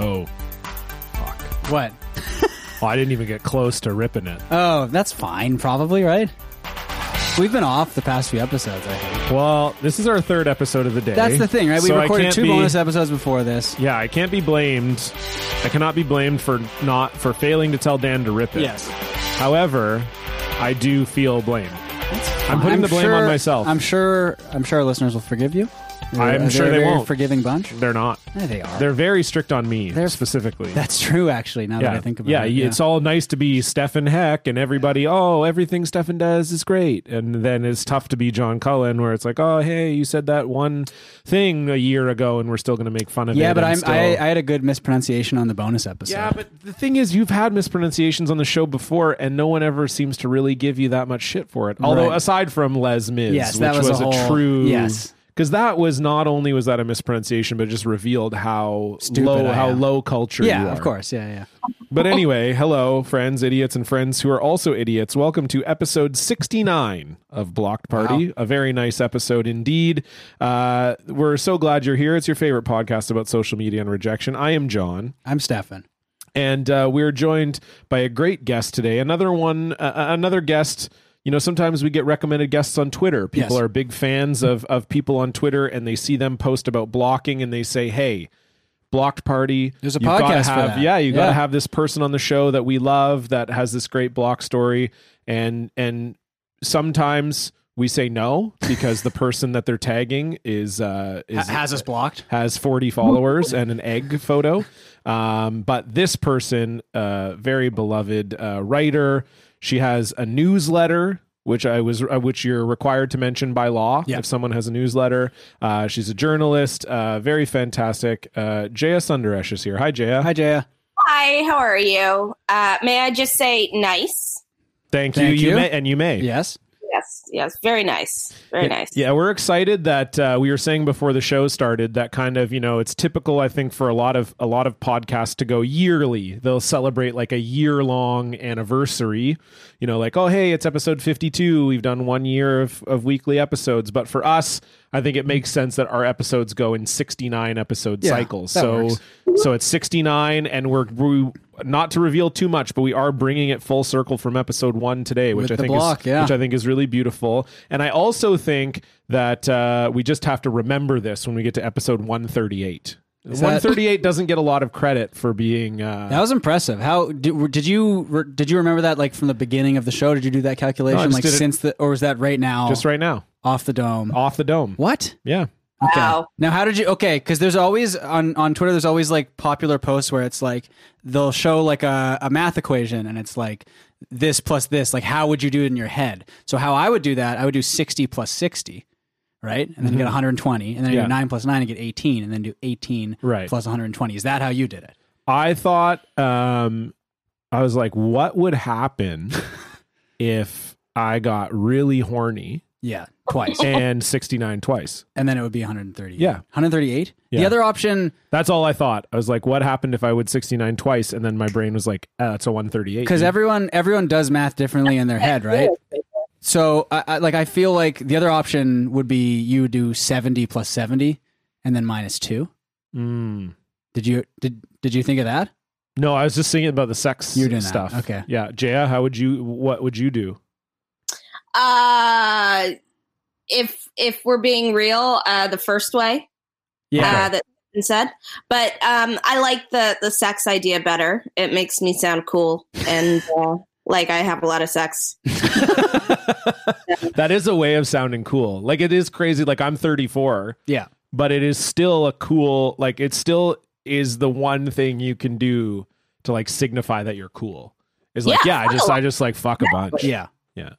Oh, What? oh I didn't even get close to ripping it. Oh, that's fine, probably, right? We've been off the past few episodes, I think. Well, this is our third episode of the day. That's the thing, right? We So I recorded can't two be- bonus episodes before this. Yeah, I can't be blamed. I cannot be blamed for not for failing to tell Dan to rip it. Yes. However, I do feel blame. I'm putting I'm the blame sure- on myself. I'm sure I'm sure our listeners will forgive you. They're- I'm they're sure a they very won't. forgiving bunch. They're not. Yeah, they are. They're very strict on me They're- specifically. that's true actually, now that I think about yeah, it. y- it's all nice to be Stefan Heck and everybody, oh, everything Stefan does is great. And then it's tough to be John Cullen where it's like, oh, hey, you said that one thing a year ago and we're still going to make fun of it. yeah, but and I'm, still- I, I had a good mispronunciation on the bonus episode. yeah, but the thing is, you've had mispronunciations on the show before, and no one ever seems to really give you that much shit for it. Although, Right. aside from Les Mis, Yes, which that was was, a a, whole- true yes. because that was not only was that a mispronunciation, but it just revealed how Stupid low I how am. low culture. yeah, you are. of course. Yeah, yeah. But anyway, hello, friends, idiots, and friends who are also idiots. Welcome to episode 69 of Blocked Party. A very nice episode indeed. Uh, we're so glad you're here. It's your favorite podcast about social media and rejection. I am John. I'm Stefan. and uh, we're joined by a great guest today. Another one, uh, another guest. You know, sometimes we get recommended guests on Twitter. People Yes. are big fans of of people on Twitter, and they see them post about blocking, and they say, "Hey." Blocked party. There's a you've gotta podcast for have, that. Yeah, you got to Yeah. have this person on the show that we love that has this great block story, and and sometimes we say no because the person that they're tagging is uh is has us blocked. has 40 followers and an egg photo. Um, but this person, uh, very beloved uh, writer, she has a newsletter. Which I was, uh, which you're required to mention by law Yeah. if someone has a newsletter. Uh, she's a journalist, uh, very fantastic. Uh, Jaya Sundaresh is here. Hi, Jaya. Oh, Hi, Jaya. Hi, how are you? Uh, may I just say nice? Thank, Thank you. you. may, and you may. Yes. Yes, yes, very nice. Very yeah, nice. Yeah, we're excited that uh, we were saying before the show started that kind of you know it's typical I think for a lot of a lot of podcasts to go yearly. They'll celebrate like a year long anniversary. You know, like oh hey, it's episode fifty two. We've done one year of of weekly episodes, but for us, I think it makes sense that our episodes go in sixty nine episode Yeah, cycles. that So works. so it's sixty nine, and we're we. Not to reveal too much, but we are bringing it full circle from episode one today, which With I the think block, is yeah. which I think is really beautiful. And I also think that uh, we just have to remember this when we get to episode 138. that- 138 doesn't get a lot of credit for being. Uh, That was impressive. How did, did you re- did you remember that like from the beginning of the show? Did you do that No, I calculation just like did it- since the or was that right now just right now, off the dome? off the dome. What? Yeah. Okay. Wow. Now, how did you? Okay, because there's always on on Twitter. There's always like popular posts where it's like they'll show like a, a math equation, and it's like this plus this. Like, how would you do it in your head? So, how I would do that, I would do sixty plus sixty, right, and then you get 120, and then you Mm-hmm. Yeah. do nine plus nine and get 18, and then do 18 Right. plus 120. Is that how you did it? I thought um I was like what would happen if I got really horny Yeah, twice, and 69 twice? and then it would be 130. Yeah. 138. Yeah. The other option, That's all I thought. I was like what happened if I would 69 twice and then my brain was like ah, that's a 138. because dude. everyone everyone does math differently in their head, right? So, I, I, like, I feel like the other option would be you do seventy plus seventy, and then minus two. Mm. Did you did did you think of that? No, I was just thinking about the sex You were doing that. stuff. Okay. Yeah. Jaya, how would you what would you do? Uh, if if we're being real, uh, the first way. Yeah. uh, that's been said. But um, I like the the sex idea better. It makes me sound cool and uh, like I have a lot of sex. That is a way of sounding cool. Like it is crazy. Like I'm 34, yeah. but it is still a cool. Like it still is the one thing you can do to like signify that you're cool. Is like yeah, Yeah, I just cool. I just like fuck a bunch. Yeah. Yeah.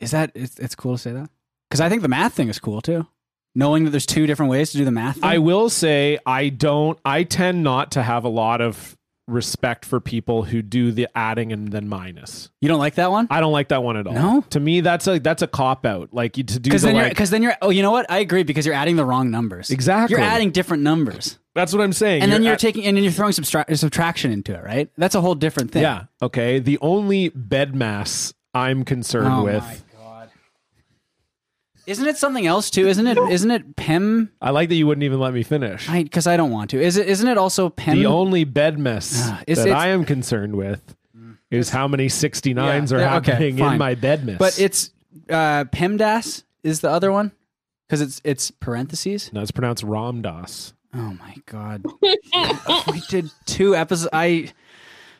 Is that it's, it's cool to say that? Because I think the math thing is cool too. Knowing that there's two different ways to do the math. Thing. I will say I don't. I tend not to have a lot of respect for people who do the adding and then minus. you don't like that one? I don't like that one at all. No? to me that's a that's a cop out. Like you to do Because the then you're like because then you're oh you know what I agree because you're adding the wrong numbers Exactly. you're adding different numbers that's what I'm saying. and then you're at- taking and then you're throwing subtra- subtraction into it right that's a whole different thing yeah okay. The only bed mass I'm concerned oh with. my god isn't it something else too isn't it isn't it PEM I like that you wouldn't even let me finish. I because I don't want to is it isn't it also PEM the only bed mess Ah, it's- that it's- Mm. I am concerned with is how many 69s Yeah, are yeah, okay, happening in fine. my bed mess. but it's uh, PEMDAS is the other one because it's it's parentheses no, it's pronounced Ramdas. oh my god we did two episodes I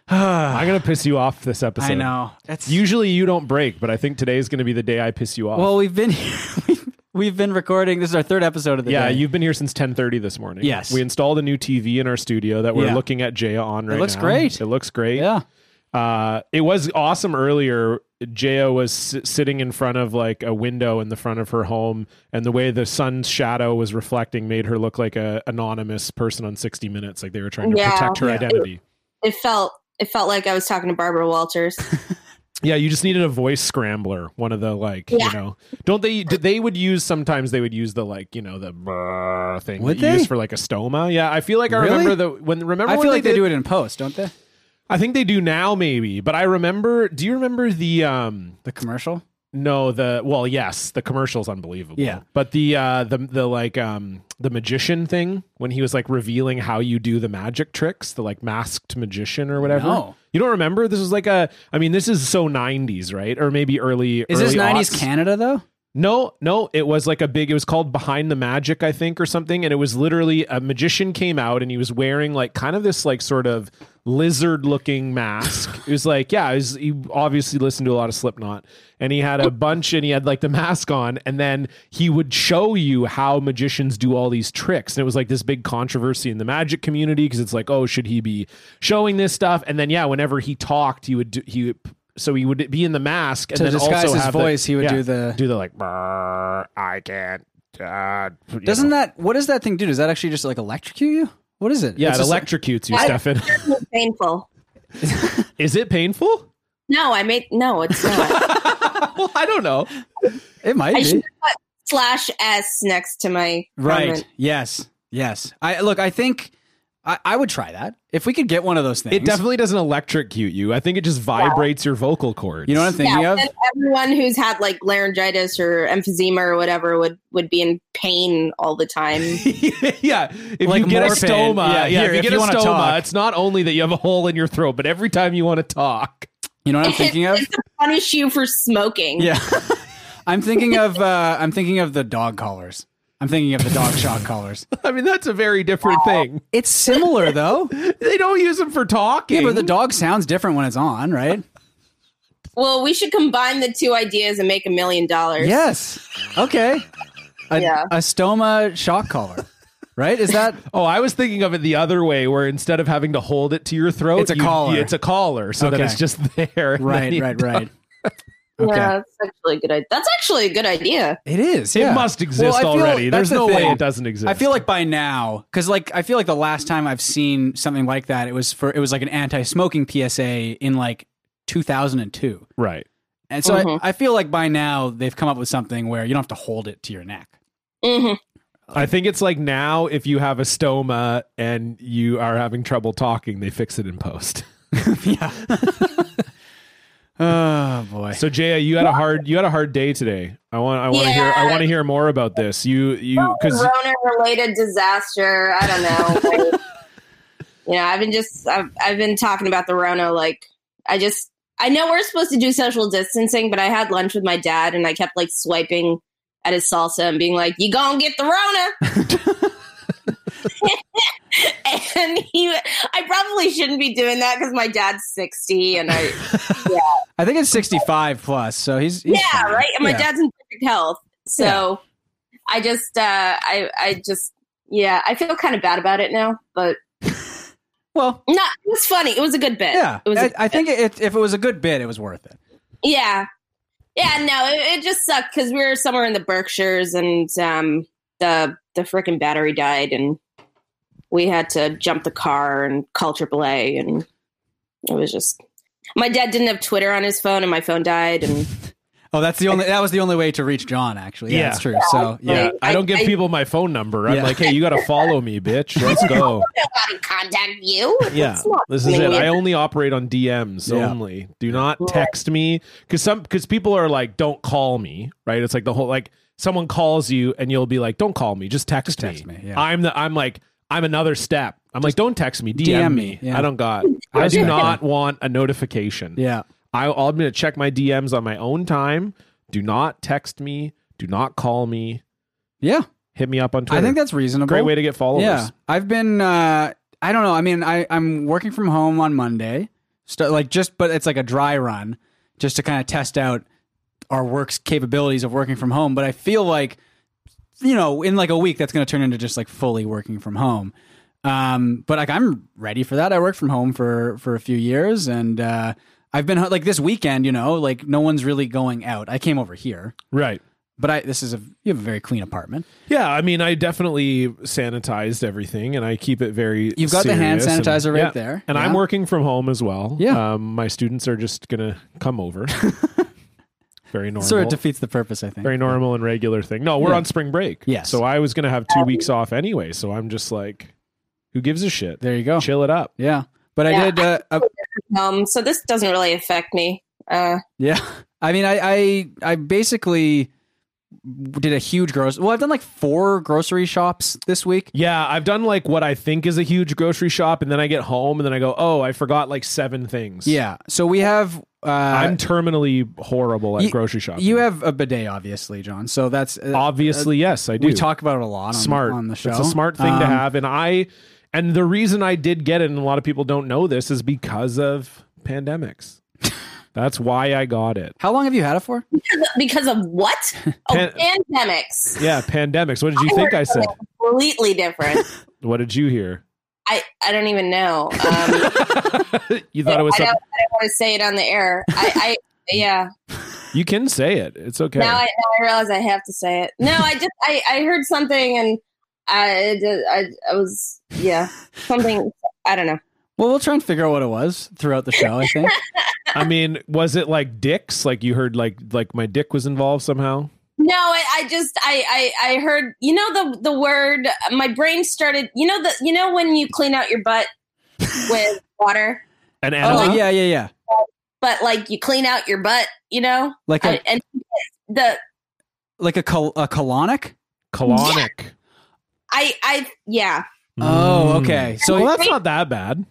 I'm gonna piss you off this episode. Ah, I know that's Usually you don't break, but I think today is gonna be the day I piss you off. Well, we've been we've, we've been recording. This is our third episode of the yeah, day. you've been here since 10:30 this morning. Yes. we installed a new TV in our studio that we're Yeah. looking at Jaya on right now. looks great. It looks great. yeah. Uh, it was awesome earlier. Jaya was si- sitting in front of like a window in the front of her home, and the way the sun's shadow was reflecting made her look like a anonymous person on 60 Minutes, like they were trying to Yeah. protect her Yeah. identity. It felt it felt like I was talking to Barbara Walters. Yeah, you just needed a voice scrambler, one of the like, you Yeah. know, don't they? d- They would use sometimes they would use the like, you know, the brrr thing Would that you they? use for like a stoma. Yeah, I feel like I Really? remember the when remember I when feel like they, they did- do it in post, don't they? I think they do now maybe, but I remember. Do you remember the um The commercial. No, the well, yes, the commercial's unbelievable. Yeah. but the uh, the the like um the magician thing when he was like revealing how you do the magic tricks, the like masked magician or whatever. No. You don't remember? This is like a. I mean, this is so '90s, right? Or maybe early. Is early this nineties aughts. Canada though? No, no, it was like a big. It was called Behind the Magic, I think, or something. And it was literally a magician came out and he was wearing like kind of this like sort of lizard-looking mask. it was like, yeah, it was, he obviously listened to a lot of Slipknot, and he had a bunch, and he had like the mask on, and then he would show you how magicians do all these tricks. And it was like this big controversy in the magic community because it's like, oh, should he be showing this stuff? And then yeah, whenever he talked, he would do, he. Would, so he would be in the mask and To then disguise also his have the- voice, he would yeah, do the- do the like "Brr, I can't. Uh, you Doesn't know. that what does that thing do? Does that actually just like electrocute you? What is it? yeah, It's it just like- electrocutes you, I- Stefan. It's painful. Is it painful? No, I made no. It's not. Well, I don't know. it might I be. should put slash s next to my Right. comment. Yes. Yes. I look. I think I, I would try that if we could get one of those things. It definitely doesn't electrocute you. I think it just vibrates your vocal cords. You know what I'm thinking Yeah, of? and everyone who's had like laryngitis or emphysema or whatever would would be in pain all the time. yeah, if Like you get a morphine. stoma, Yeah, yeah, here, if you if get you a wanna stoma, talk. it's not only that you have a hole in your throat, but every time you want to talk, You know what I'm thinking of? It's a punish you for smoking. Yeah. I'm thinking of uh, I'm thinking of the dog collars. I'm thinking of the dog shock collars. I mean that's a very different thing. It's similar though. They don't use them for talking. Yeah, but the dog sounds different when it's on, right? Well, we should combine the two ideas and make a million dollars. Yes. Okay. A, Yeah. a stoma shock collar, right? Is that Oh, I was thinking of it the other way, where instead of having to hold it to your throat, It's a collar. It's a collar, so Okay. that it's just there. and then right? you- Right? Right? Yeah, Okay. that's actually a good. i- That's actually a good idea. It is. It Yeah. must exist I feel- already. There's that's the no way thing. it doesn't exist. I feel like by now, because like I feel like the last time I've seen something like that, it was for it was like an anti-smoking PSA in like 2002, right. and so I- Mhm. I, feel like by now they've come up with something where you don't have to hold it to your neck. hmm I think it's like now if you have a stoma and you are having trouble talking, they fix it in post. yeah. oh boy. So Jaya, you had a hard you had a hard day today. I want I want to hear I Yeah. want to hear more about this. You you because Corona-related disaster. I don't know. Like, you know, I've been just. I've I've been talking about the Rona. Like, I just. I know we're supposed to do social distancing, but I had lunch with my dad, and I kept like swiping at his salsa and being like, "You gonna get the Rona?" definitely shouldn't be doing that because my dad's 60 and I, I think it's 65 plus, so he's, he's yeah, fine. right. And my Yeah. dad's in perfect health. So I just, uh, I, I just, yeah, I feel kind of bad about it now, but Well, not, it was funny. It was a good bit. yeah, It was a I, good I bit. think it, if it was a good bit, it was worth it. Yeah. Yeah, no, it, it just sucked because we were somewhere in the Berkshires and um, the the frickin' battery died and we had to jump the car and call AAA and it was just my dad didn't have Twitter on his phone and my phone died and Oh, that's the only that was the only way to reach John actually. Yeah, Yeah. that's true. So yeah, Yeah, I, don't give I- people my phone number. I'm Yeah. like, hey, you got to follow me, bitch. Let's go. nobody contact you. Yeah, It's not this is something it. we- I only operate on DMs Yeah. only. Do not text me because some because people are like, don't call me. Right? It's like the whole like someone calls you and you'll be like, don't call me, just text, text me, yeah. I'm the I'm like I'm another step. I'm like, don't text me, DM, DM me. me, yeah. I don't got. I I do respect not want a notification. yeah. I, I'll admit to check my DMs on my own time. Do not text me. Do not call me. Yeah. Hit me up on Twitter. I think that's reasonable. great way to get followers. Yeah, I've been. Uh, I don't know. I mean, I I'm working from home on Monday, st- like just, but it's like a dry run, just to kind of test out our work's capabilities of working from home. But I feel like, you know, in like a week, that's going to turn into just like fully working from home. Um, but like I'm ready for that. I worked from home for for a few years, and uh, I've been like this weekend. You know, like no one's really going out. I came over here, Right. but I this is a you have a very clean apartment. Yeah, I mean, I definitely sanitized everything, and I keep it very. You've got the hand serious and- sanitizer right yeah. there. and I'm Yeah. working from home as well. Yeah. um, my students are just gonna come over. very normal. Sort of defeats the purpose, I think. very normal and regular thing. No, we're Yeah. on spring break. Yes. so I was gonna have two weeks off anyway. So I'm just like, who gives a shit? There you go. Chill it up. Yeah, but I Yeah. did. Uh, uh, um, so this doesn't really affect me. Uh, yeah, I mean, I, I I basically did a huge gross. Well, I've done like four grocery shops this week. Yeah, I've done like what I think is a huge grocery shop, and then I get home, and then I go, oh, I forgot like seven things. Yeah, so we have. Uh, I'm terminally horrible at you- grocery shopping. you have a bidet, obviously, John. So that's uh, obviously yes, I do. we talk about it a lot. On, smart on the show. It's a smart thing to Um, have, and I and the reason I did get it, and a lot of people don't know this, is because of pandemics. That's why I got it. How long have you had it for? because of what? Oh, Pan- pandemics. Yeah, pandemics. What did you think I said? Completely different. What did you hear? I, I don't even know. Um, You thought it was I something. don't, I don't want to say it on the air. I, I yeah. You can say it. It's okay. Now I, now I realize I have to say it. No, I just I, I heard something and I, I I was yeah something I don't know. Well, we'll try and figure out what it was throughout the show. I think. I mean, was it like dicks? Like you heard like like my dick was involved somehow? No, I, I just I, I I heard you know the the word my brain started you know the you know when you clean out your butt with water An enema? oh yeah, yeah, yeah. but like you clean out your butt you know Like a I, and the like a col- a colonic. Colonic. I I yeah Oh, Mm. okay. So Well, that's not that bad.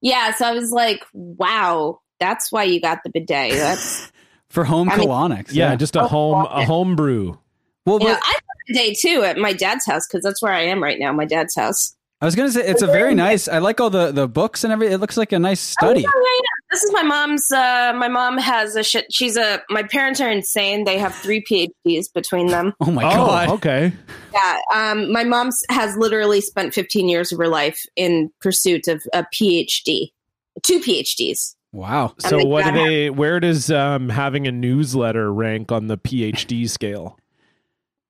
Yeah, so I was like, wow, that's why you got the bidet. That's for home I mean- colonics. Yeah, just a home a home brew. well, you know, but- I got a bidet too at my dad's house because that's where I am right now, my dad's house. I was gonna say it's a very nice. I like all the the books and everything. It looks like a nice study. Oh, yeah, yeah, yeah. This is my mom's. Uh, my mom has a shit. She's a. My parents are insane. They have three PhDs between them. Oh my oh, god! okay. Yeah. Um. My mom's has literally spent 15 years of her life in pursuit of a PhD, two PhDs. Wow. I So think what do that they? Where does um, having a newsletter rank on the PhD scale?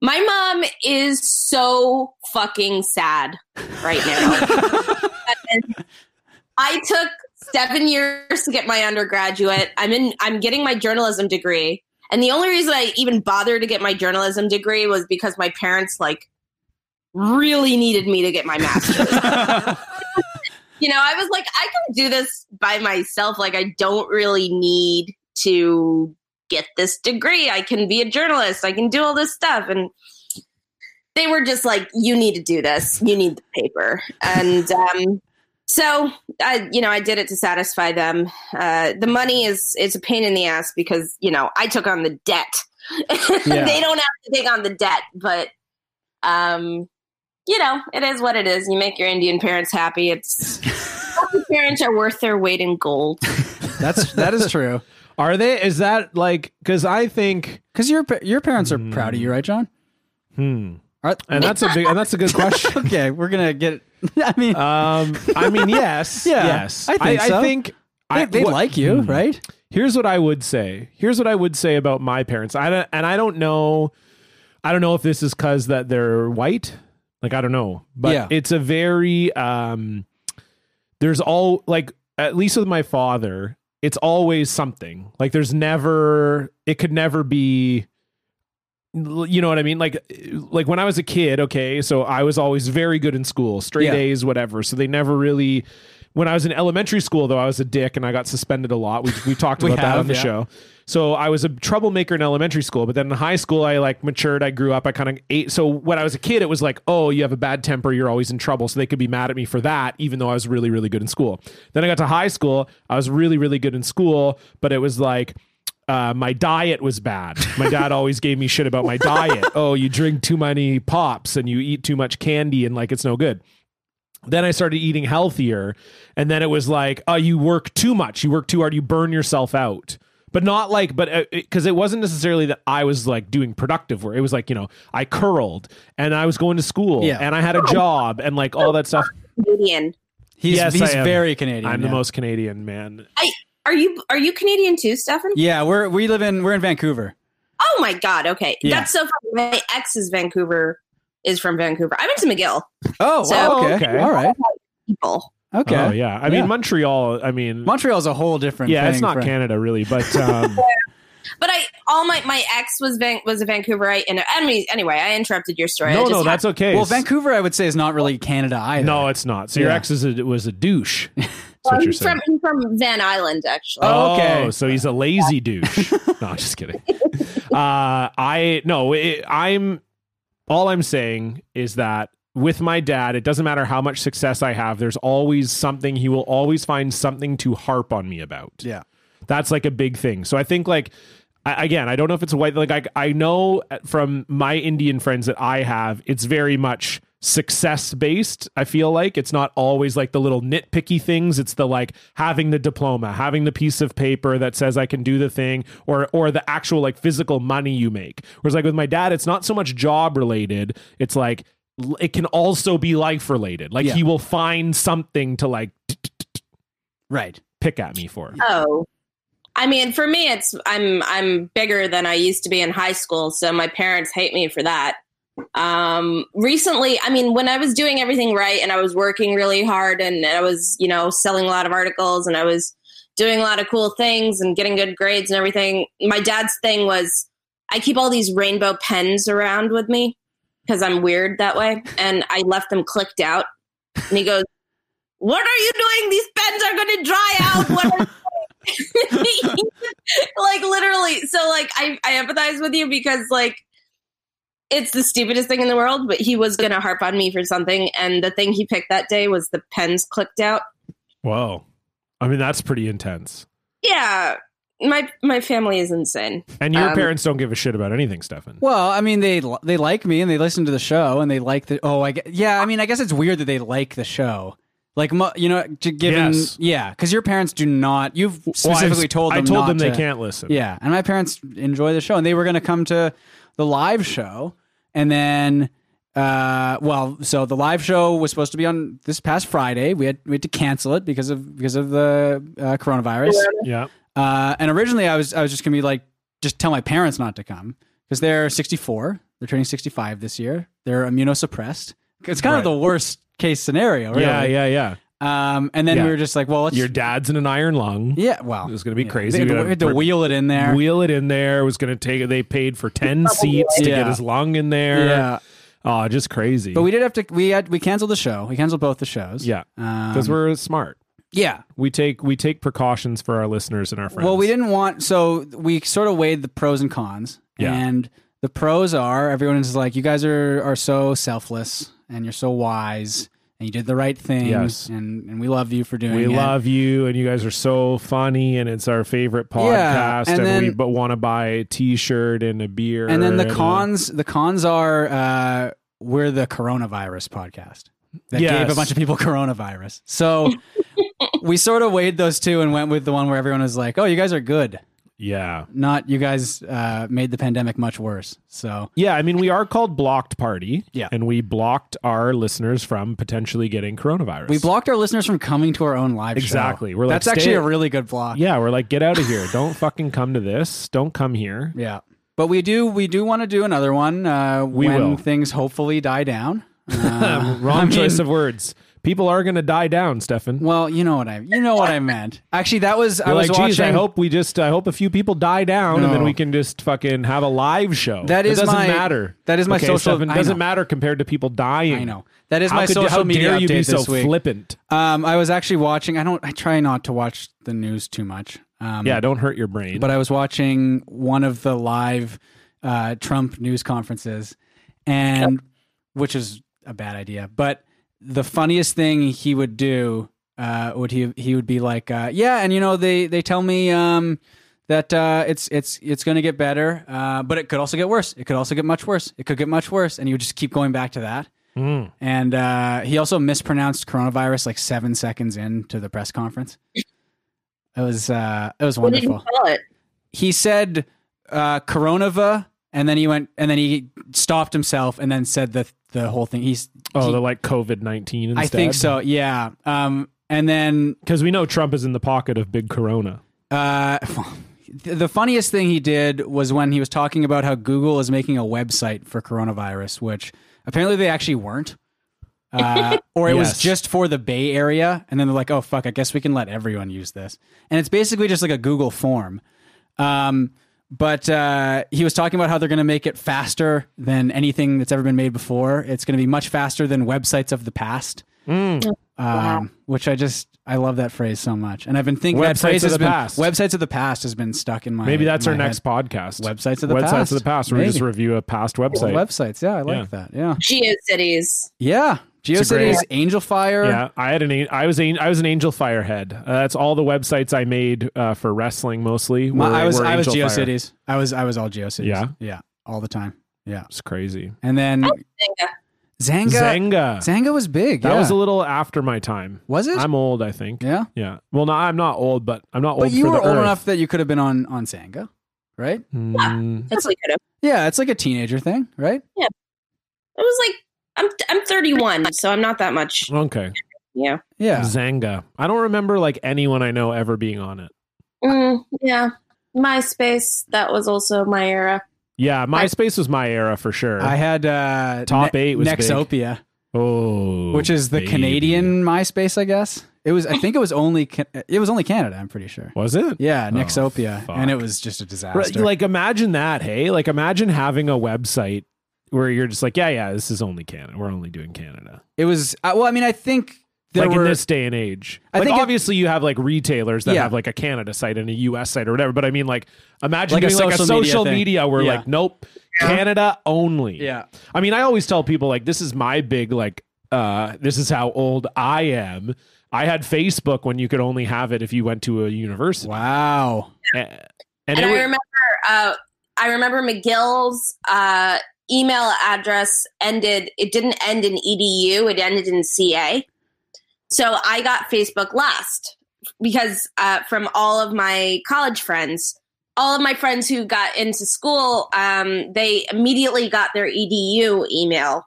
My mom is so fucking sad right now. And I took seven years to get my undergraduate. I'm in. I'm getting my journalism degree, and the only reason I even bothered to get my journalism degree was because my parents like really needed me to get my master's. you know, I was like, I can do this by myself. Like, I don't really need to get this degree. I can be a journalist. I can do all this stuff. And they were just like, you need to do this. You need the paper. And um, so, I, you know, I did it to satisfy them. Uh, the money is it's a pain in the ass because you know I took on the debt. Yeah. they don't have to take on the debt, but um, you know, it is what it is. You make your Indian parents happy. It's parents are worth their weight in gold. That's that is true. Are they? Is that like? Because I think, Because your pa- your parents are proud Mm. of you, right, John? hmm, Are- and that's a big, and that's a good question. okay, we're gonna get. I mean, Um, I mean, yes, Yeah, yes. I think I, so. think I- they, they what- like you, Hmm. right? Here's what I would say. Here's what I would say about my parents. I don't, and I don't know. I don't know if this is because that they're white. Like I don't know, but Yeah. it's a very. um There's all like at least with my father, it's always something. Like there's never. It could never be. You know what I mean? Like, like when I was a kid, okay, so I was always very good in school, straight Yeah. A's, whatever. So they never really. When I was in elementary school, though, I was a dick and I got suspended a lot. We we talked We about that have, on the yeah. show. So I was a troublemaker in elementary school, but then in high school, I like matured. I grew up. I kind of ate. So when I was a kid, it was like, oh, you have a bad temper. You're always in trouble. So they could be mad at me for that, even though I was really, really good in school. Then I got to high school. I was really, really good in school, but it was like, uh, my diet was bad. My dad always gave me shit about my diet. Oh, you drink too many pops and you eat too much candy and like it's no good then I started eating healthier. And then it was like, oh, you work too much. You work too hard. You burn yourself out. But not like, but because it wasn't necessarily that I was like doing productive work. It was like, you know, I curled and I was going to school Yeah. and I had a job and like all that stuff. Canadian. He's Yes, he's I am. very Canadian. I'm yeah. the most Canadian man. Are you are you Canadian too, Stefan? Yeah, we're we live in we're in Vancouver. Oh my god. Okay, Yeah. that's so funny. My ex is Vancouver. Is from Vancouver. I went to McGill. Oh, So- wow, okay. Okay. all right, People. okay. Oh, yeah. I Yeah. mean, Montreal, I mean, Montreal's a whole different. yeah, thing it's not for- Canada really, but um, But I all my my ex was Van, was a Vancouverite, and I mean anyway, I interrupted your story. I no, just no, that's okay. Well, S- Vancouver, I would say, is not really Canada either. No, it's not. So your Yeah. ex is a, was a douche. That's what I'm you're saying. from I'm from Van Island actually. Oh, Oh, okay. so he's a lazy douche. no, I'm just kidding. Uh, I no, it, I'm. All I'm saying is that with my dad, it doesn't matter how much success I have. There's always something he will always find something to harp on me about. Yeah. That's like a big thing. So I think like I, again, I don't know if it's a white like I I know uh, from my Indian friends that I have, it's very much success based. I feel like it's not always like the little nitpicky things. It's the like having the diploma, having the piece of paper that says I can do the thing, or or the actual like physical money you make. Whereas like with my dad, it's not so much job related. It's like l- it can also be life related. Like Yeah. he will find something to like t- t- t- right. pick at me for. Oh. I mean, for me, it's I'm I'm bigger than I used to be in high school, so my parents hate me for that. Um, recently, I mean, when I was doing everything right and I was working really hard and I was, you know, selling a lot of articles and I was doing a lot of cool things and getting good grades and everything. My dad's thing was I keep all these rainbow pens around with me because I'm weird that way, and I left them clicked out. And he goes, "What are you doing? These pens are going to dry out. What are like literally so like I, I empathize with you because like it's the stupidest thing in the world but he was gonna harp on me for something and the thing he picked that day was the pens clicked out Whoa. I mean, that's pretty intense. yeah my my family is insane And your Um, parents don't give a shit about anything, Stefan. Well, I mean, they they like me and they listen to the show and they like the. Oh, I gue- yeah. I mean, I guess it's weird that they like the show. Like mu- you know, to given Yes. yeah, because your parents do not. You've Well, I've- specifically told them I told not them they to- can't listen. Yeah, and my parents enjoy the show, and they were going to come to the live show, and then, uh, well, so the live show was supposed to be on this past Friday. We had we had to cancel it because of because of the uh, coronavirus. Yeah. Uh, and originally, I was I was just going to be like, just tell my parents not to come because they're 64, they're turning 65 this year, they're immunosuppressed. It's kind of Right. the worst case scenario, really. Yeah. Yeah. Yeah. Um, and then Yeah. we were just like, well, let's Your dad's in an iron lung. yeah, well, It was going to be yeah. crazy. They had We to- had we had to wheel it in there. Wheel it in there. It was going to take. They paid for ten seats to Yeah. get his lung in there. yeah. Oh, just crazy. But we did have to. We had we canceled the show. We canceled both the shows. Yeah. because because we're smart. yeah. We take we take precautions for our listeners and our friends. Well, we didn't want. So we sort of weighed the pros and cons. Yeah. And the pros are everyone is like, you guys are are so selfless and you're so wise and you did the right thing. Yes. And and we love you for doing. We it. love you, and you guys are so funny, and it's our favorite Yeah, podcast. and we then- but want to buy a T-shirt and a beer. And then the a- cons. The cons are uh, we're the coronavirus podcast that Yes. gave a bunch of people coronavirus. So we sort of weighed those two and went with the one where everyone was like, "Oh, you guys are good." Yeah. Not you guys uh, made the pandemic much worse. So Yeah, I mean, we are called Blocked Party. Yeah. And we blocked our listeners from potentially getting coronavirus. we blocked our listeners from coming to our own live. show. Exactly. We're like, that's stay- actually a really good block. Yeah, we're like, get out of here. Don't fucking come to this. Don't come here. Yeah. But we do we do want to do another one uh, We when will. things hopefully die down. Uh, Um, Wrong I mean- choice of words. People are going to die down, Stefan. Well, you know what I you know what I meant. Actually, that was I You're was like, watching. geez, I hope we just, I hope a few people die down, and then No. we can just fucking have a live show. That is it doesn't my- matter. that is my okay, social- Stefan, I doesn't know. matter compared to people dying. I know that is my how could you- social how media dare update you be so this week. flippant? um, I was actually watching. I don't. I try not to watch the news too much. Um, Yeah, don't hurt your brain. but I was watching one of the live uh, Trump news conferences, and which is a bad idea. But the funniest thing he would do uh, would he he would be like, uh, yeah, and you know they they tell me. Um, that uh, it's it's it's going to get better, uh, but it could also get worse. It could also get much worse. It could get much worse, and he would just keep going back to that. Mm. And uh, he also mispronounced coronavirus like seven seconds into the press conference. It was uh, it was What did you wonderful call it? he said uh coronava and then he went and then he stopped himself and then said the the whole thing he's oh, he- they're like COVID nineteen. i think so yeah um and then because we know Trump is in the pocket of big Corona. uh the funniest thing he did was when he was talking about how google is making a website for coronavirus which apparently they actually weren't uh, or it was Yes. just for the Bay Area, and then they're like, "Oh fuck, I guess we can let everyone use this." And it's basically just like a Google form. Um, but uh, he was talking about how they're going to make it faster than anything that's ever been made before. It's going to be much faster than websites of the past. Mm. Um, Which I just I love that phrase so much, and I've been thinking that Websites phrase of has the been- past. Websites of the past has been stuck in my Maybe that's my our head. next podcast. Websites of the websites past. of the past. Where we Maybe. just review a past website. websites. Yeah, I like Yeah. that. Yeah, GeoCities. a yeah. great- GeoCities, Angel Fire. Yeah, I had an an- I was an, I was an Angel Firehead. Uh, that's all the websites I made uh, for wrestling mostly. My- were- I was were I was Angel Fire. GeoCities. I was I was all GeoCities. Yeah? yeah, all the time. Yeah, It's crazy. and then Yeah. Zanga. Zanga, Zanga. was big. That yeah. was a little after my time. Was it? I'm old, I think. yeah, Yeah. Well, no, I'm not old, but I'm not old. but you for were the old earth. enough that you could have been on on Zanga, right? Mm, That's like it Yeah, it's like a teenager thing, right? was like I'm I'm 31, so I'm not that much. okay. Yeah. Yeah, Zanga. I don't remember like anyone I know ever being on it. Mm, yeah. MySpace. That was also my era. Yeah, MySpace was my era for sure. I had uh, Top eight was big. Nexopia, oh, which is the baby. Canadian MySpace, I guess. It was. I think it was only. Ca- It was only Canada. I'm pretty sure. Was it? Yeah, Oh, Nexopia, fuck. and it was just a disaster. Right, like imagine that, hey? Like imagine having a website where you're just like, yeah, yeah, this is only Canada. We're only doing Canada. it was. Uh, well, I mean, I think there like were. in this day and age. I like think it- obviously you have like retailers that Yeah. have like a Canada site and a US site or whatever, but I mean like imagine Like a doing like a social media social thing. media, where Yeah. like nope, Canada only. Yeah. I mean, I always tell people like this is my big like uh this is how old I am. I had Facebook when you could only have it if you went to a university. wow. A- And, And, it I was- remember uh, I remember McGill's uh, email address ended it didn't end in edu, it ended in CA. So I got Facebook last because uh, from all of my college friends, all of my friends who got into school, um, they immediately got their edu email.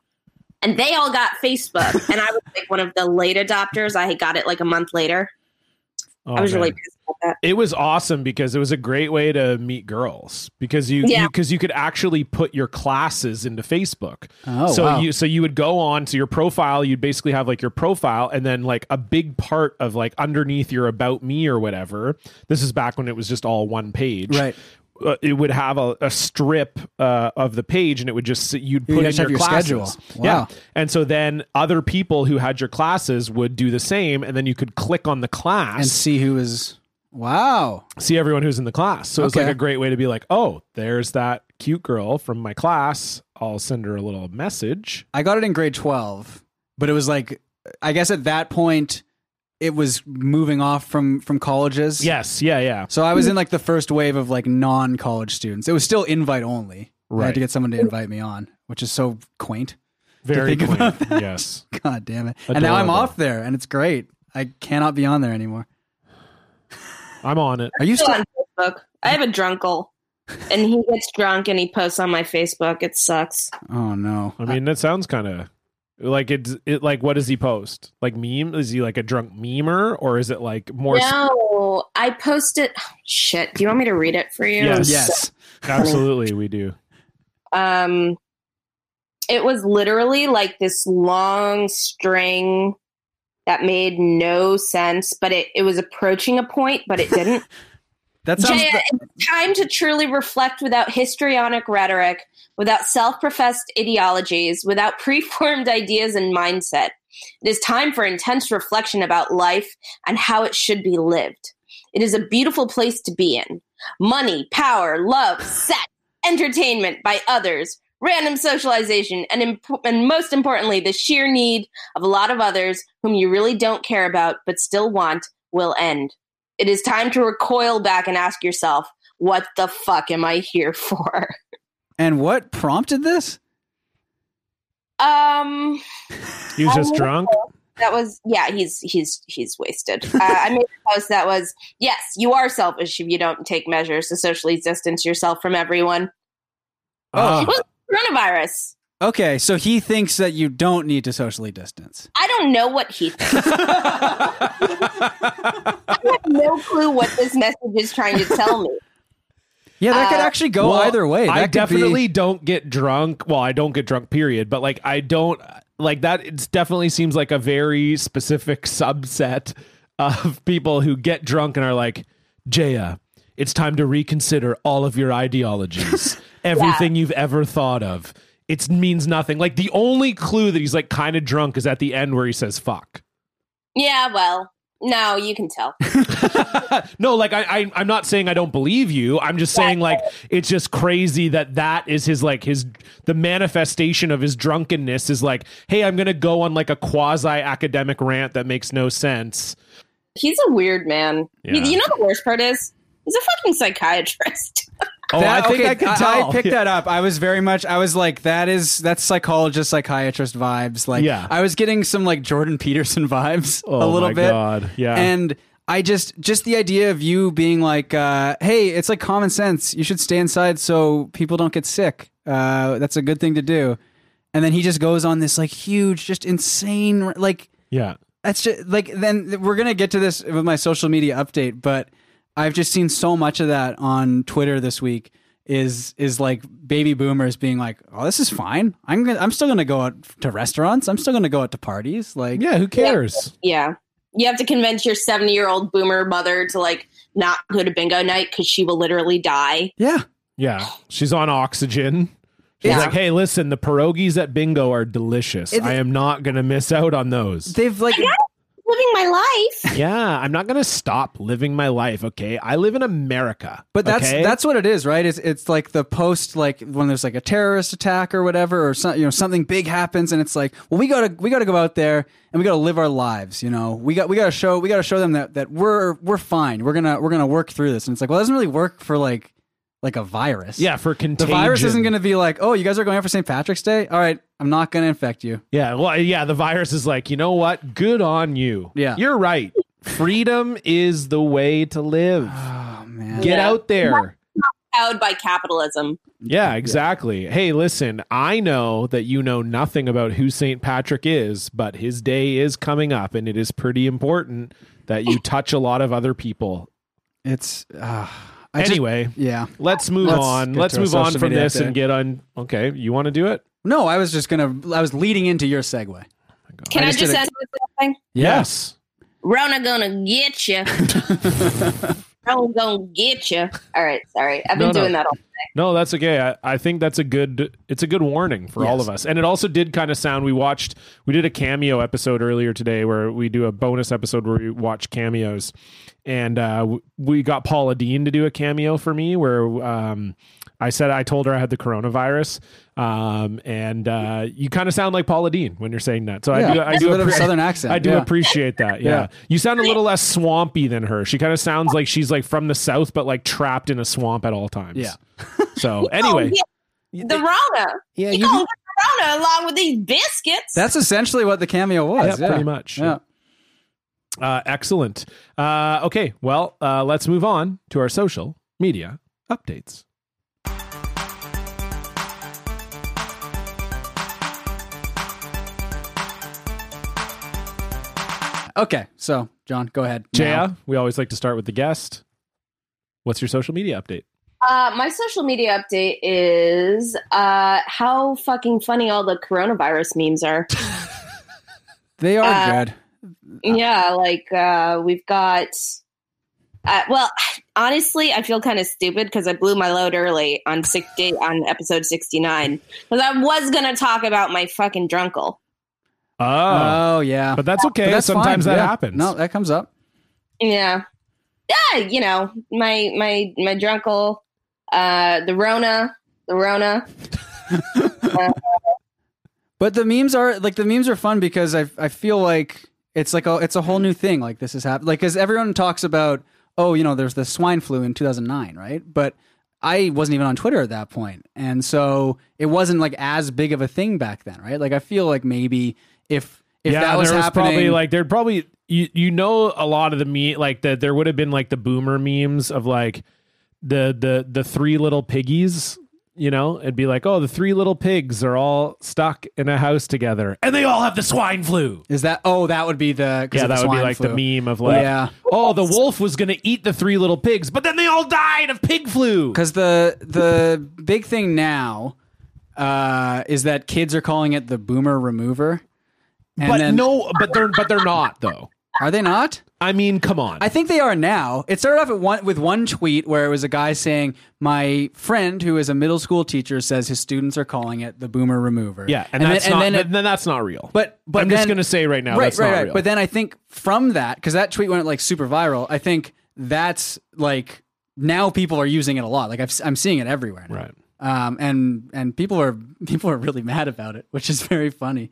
And they all got Facebook, and I was like one of the late adopters. I had got it like a month later. oh, I was man. really pissed about that. it was awesome because it was a great way to meet girls because you Yeah. because you, could actually put your classes into Facebook. Oh, so wow. you so you would go on to your profile, you'd basically have like your profile and then like a big part of like underneath your about me or whatever. This is back when it was just all one page. Right. Uh, it would have a, a strip uh, of the page, and it would just you'd put in guys your, have your classes. schedule. Wow. Yeah, and so then other people who had your classes would do the same, and then you could click on the class And see who is. Wow. see everyone who's in the class. So it's Okay. like a great way to be like, oh, there's that cute girl from my class. I'll send her a little message. I got it in grade 12, but it was like, I guess at that point, it was moving off from from colleges. Yes, yeah, yeah. So I was in like the first wave of like non college students. It was still invite only. I Right. had to get someone to invite me on, which is so quaint. Very think quaint. about Yes. God damn it. And now I'm Adorable. off there and it's great. I cannot be on there anymore. I'm on it. Are you Still still? on Facebook. I have a drunkle, and he gets drunk and he posts on my Facebook. It sucks. Oh no. I mean, that sounds kind of like it's it. Like, what does he post? Like meme? Is he like a drunk memer, or is it like more? No, I posted. Shit. Do you want me to read it for you? Yes. Yes. Absolutely, we do. um it was literally like this long string that made no sense but it, it was approaching a point but it didn't That sounds. Jaya, it's time to truly reflect without histrionic rhetoric without self-professed ideologies without preformed ideas and mindset it is time for intense reflection about life and how it should be lived it is a beautiful place to be in money, power, love, sex, entertainment by others, random socialization, and, imp- and most importantly, the sheer need of a lot of others whom you really don't care about but still want will end. It is time to recoil back and ask yourself, what the fuck am I here for? and what prompted this? Um, He was just drunk. that was yeah. He's he's he's wasted. Uh, I made a post that was yes, you are selfish if you don't take measures to socially distance yourself from everyone. Oh. It was coronavirus. Okay, so he thinks that you don't need to socially distance. I don't know what he thinks. Ah. I have no clue what this message is trying to tell me. Yeah, that could Uh, actually go Well, either way. That I could be- definitely don't get drunk. Well, I don't get drunk, period. But like, I don't like that. It definitely seems like a very specific subset of people who get drunk and are like, Jaya, it's time to reconsider all of your ideologies, everything you've ever thought of. It means nothing. Like the only clue that he's like kind of drunk is at the end where he says "fuck." Yeah, well, no, you can tell. No, like I, I, I'm not saying I don't believe you. I'm just saying like it's just crazy that that is his like his the manifestation of his drunkenness is like, hey, I'm gonna go on like a quasi academic rant that makes no sense. He's a weird man. You- Yeah. You, know the worst part is he's a fucking psychiatrist. Oh, That- I think okay, I can tell. I picked that up. I was very much. I was like, that is that's psychologist, psychiatrist vibes. Like, Yeah. I was getting some like Jordan Peterson vibes Oh a little my bit. God, yeah. and I just just the idea of you being like, uh, hey, it's like common sense. You should stay inside so people don't get sick. Uh, that's a good thing to do. And then he just goes on this like huge, just insane, like Yeah. that's just like then we're gonna get to this with my social media update, but I've just seen so much of that on Twitter this week. Is is like baby boomers being like, oh, this is fine. I'm gonna, I'm still gonna go out to restaurants. I'm still gonna go out to parties. Like, Yeah, who cares? yeah. You have to convince your 70 year old boomer mother to like not go to bingo night because she will literally die. yeah, Yeah. She's on oxygen. She's Yeah. like, hey, listen, the pierogies at bingo are delicious. It- I am not gonna miss out on those. they've like, Living my life. yeah, I'm not gonna stop living my life, okay? I live in America. but that's okay? that's what it is, right? It's it's like the post like when there's like a terrorist attack or whatever, or some, you know something big happens, and it's like, well, we gotta we gotta go out there and we gotta live our lives. You know, we got we gotta show we gotta show them that that we're we're fine. We're gonna we're gonna work through this. And it's like, well, it doesn't really work for like like a virus. yeah, for the contagion. virus isn't gonna be like, oh, you guys are going out for St. Patrick's Day. All right, I'm not gonna infect you. Yeah, well, yeah, the virus is like, you know what? Good on you. Yeah. You're right. Freedom is the way to live. Oh man, Get Yeah. out there. Cowed by capitalism. Yeah, exactly. Hey, listen, I know that you know nothing about who St. Patrick is, but his day is coming up, and it is pretty important that you touch a lot of other people. it's uh, I just- Anyway, yeah. let's move Let's on. get Let's to our move on social from media this update. and get on. Okay, you want to do it? No, I was just gonna. I was leading into your segue. Can I I just just, did a- ask you something? Yes. Rona gonna get you. Rona gonna get you. All right, sorry. I've been No, no. doing that all No, that's okay. I, I think that's a good it's a good warning for all Yes. of us. And it also did kind of sound we watched we did a cameo episode earlier today where we do a bonus episode where we watch cameos. And uh, w- we got Paula Dean to do a cameo for me where um, I said I told her I had the coronavirus. Um, and uh, you kind of sound like Paula Dean when you're saying that. So I Yeah, do I it's do a bit of a appre- southern accent. I do yeah. appreciate that. Yeah. Yeah. You sound a little less swampy than her. She kind of sounds like she's like from the south, but like trapped in a swamp at all times. Yeah. So anyway, Oh, yeah. the Rona. yeah, You gonna get Rona along with these biscuits. That's essentially what the cameo was. Yeah, Yeah, pretty much. Yeah. Uh, excellent. Uh, okay, well, uh, let's move on to our social media updates. Okay, so John, go ahead. now. Jaya, we always like to start with the guest. What's your social media update? Uh, my social media update is uh, how fucking funny all the coronavirus memes are. they are Uh, good. yeah, like uh, we've got. Uh, well, honestly, I feel kind of stupid because I blew my load early on six day, on episode sixty nine because I was gonna talk about my fucking drunkle. Oh, Oh yeah, but that's okay. But that's Sometimes fine, that yeah. happens. No, that comes up. Yeah, yeah, you know my my my drunkle, uh, the Rona, the Rona. But the memes are like the memes are fun because I I feel like it's like a it's a whole new thing. Like this is happening. Like because everyone talks about oh you know there's the swine flu in 2009 right, but I wasn't even on Twitter at that point, and so it wasn't like as big of a thing back then, right? Like I feel like maybe if if yeah, that was there was happening, probably like there'd probably you you know a lot of the me like that there would have been like the boomer memes of like the the the three little piggies. You know, it'd be like, oh, the three little pigs are all stuck in a house together, and they all have the swine flu. is that oh that would be the 'cause Yeah, of the that would be swine like flu. the meme of like, Yeah. oh, the wolf was gonna eat the three little pigs, but then they all died of pig flu. Because the the big thing now uh, is that kids are calling it the boomer remover. And But then- no, but they're but they're not though. are they not? I mean, come on. I think they are now. It started off at one, with one tweet where it was a guy saying, "My friend who is a middle school teacher says his students are calling it the boomer remover." yeah, and, that's then, not and then it- then that's not real. but but I'm just then- gonna say right now, right, that's right, not right. real. But then I think from that, because that tweet went like super viral, I think that's like now people are using it a lot. Like I've, s- I'm seeing it everywhere. Now. Right. Um, and and people are people are really mad about it, which is very funny.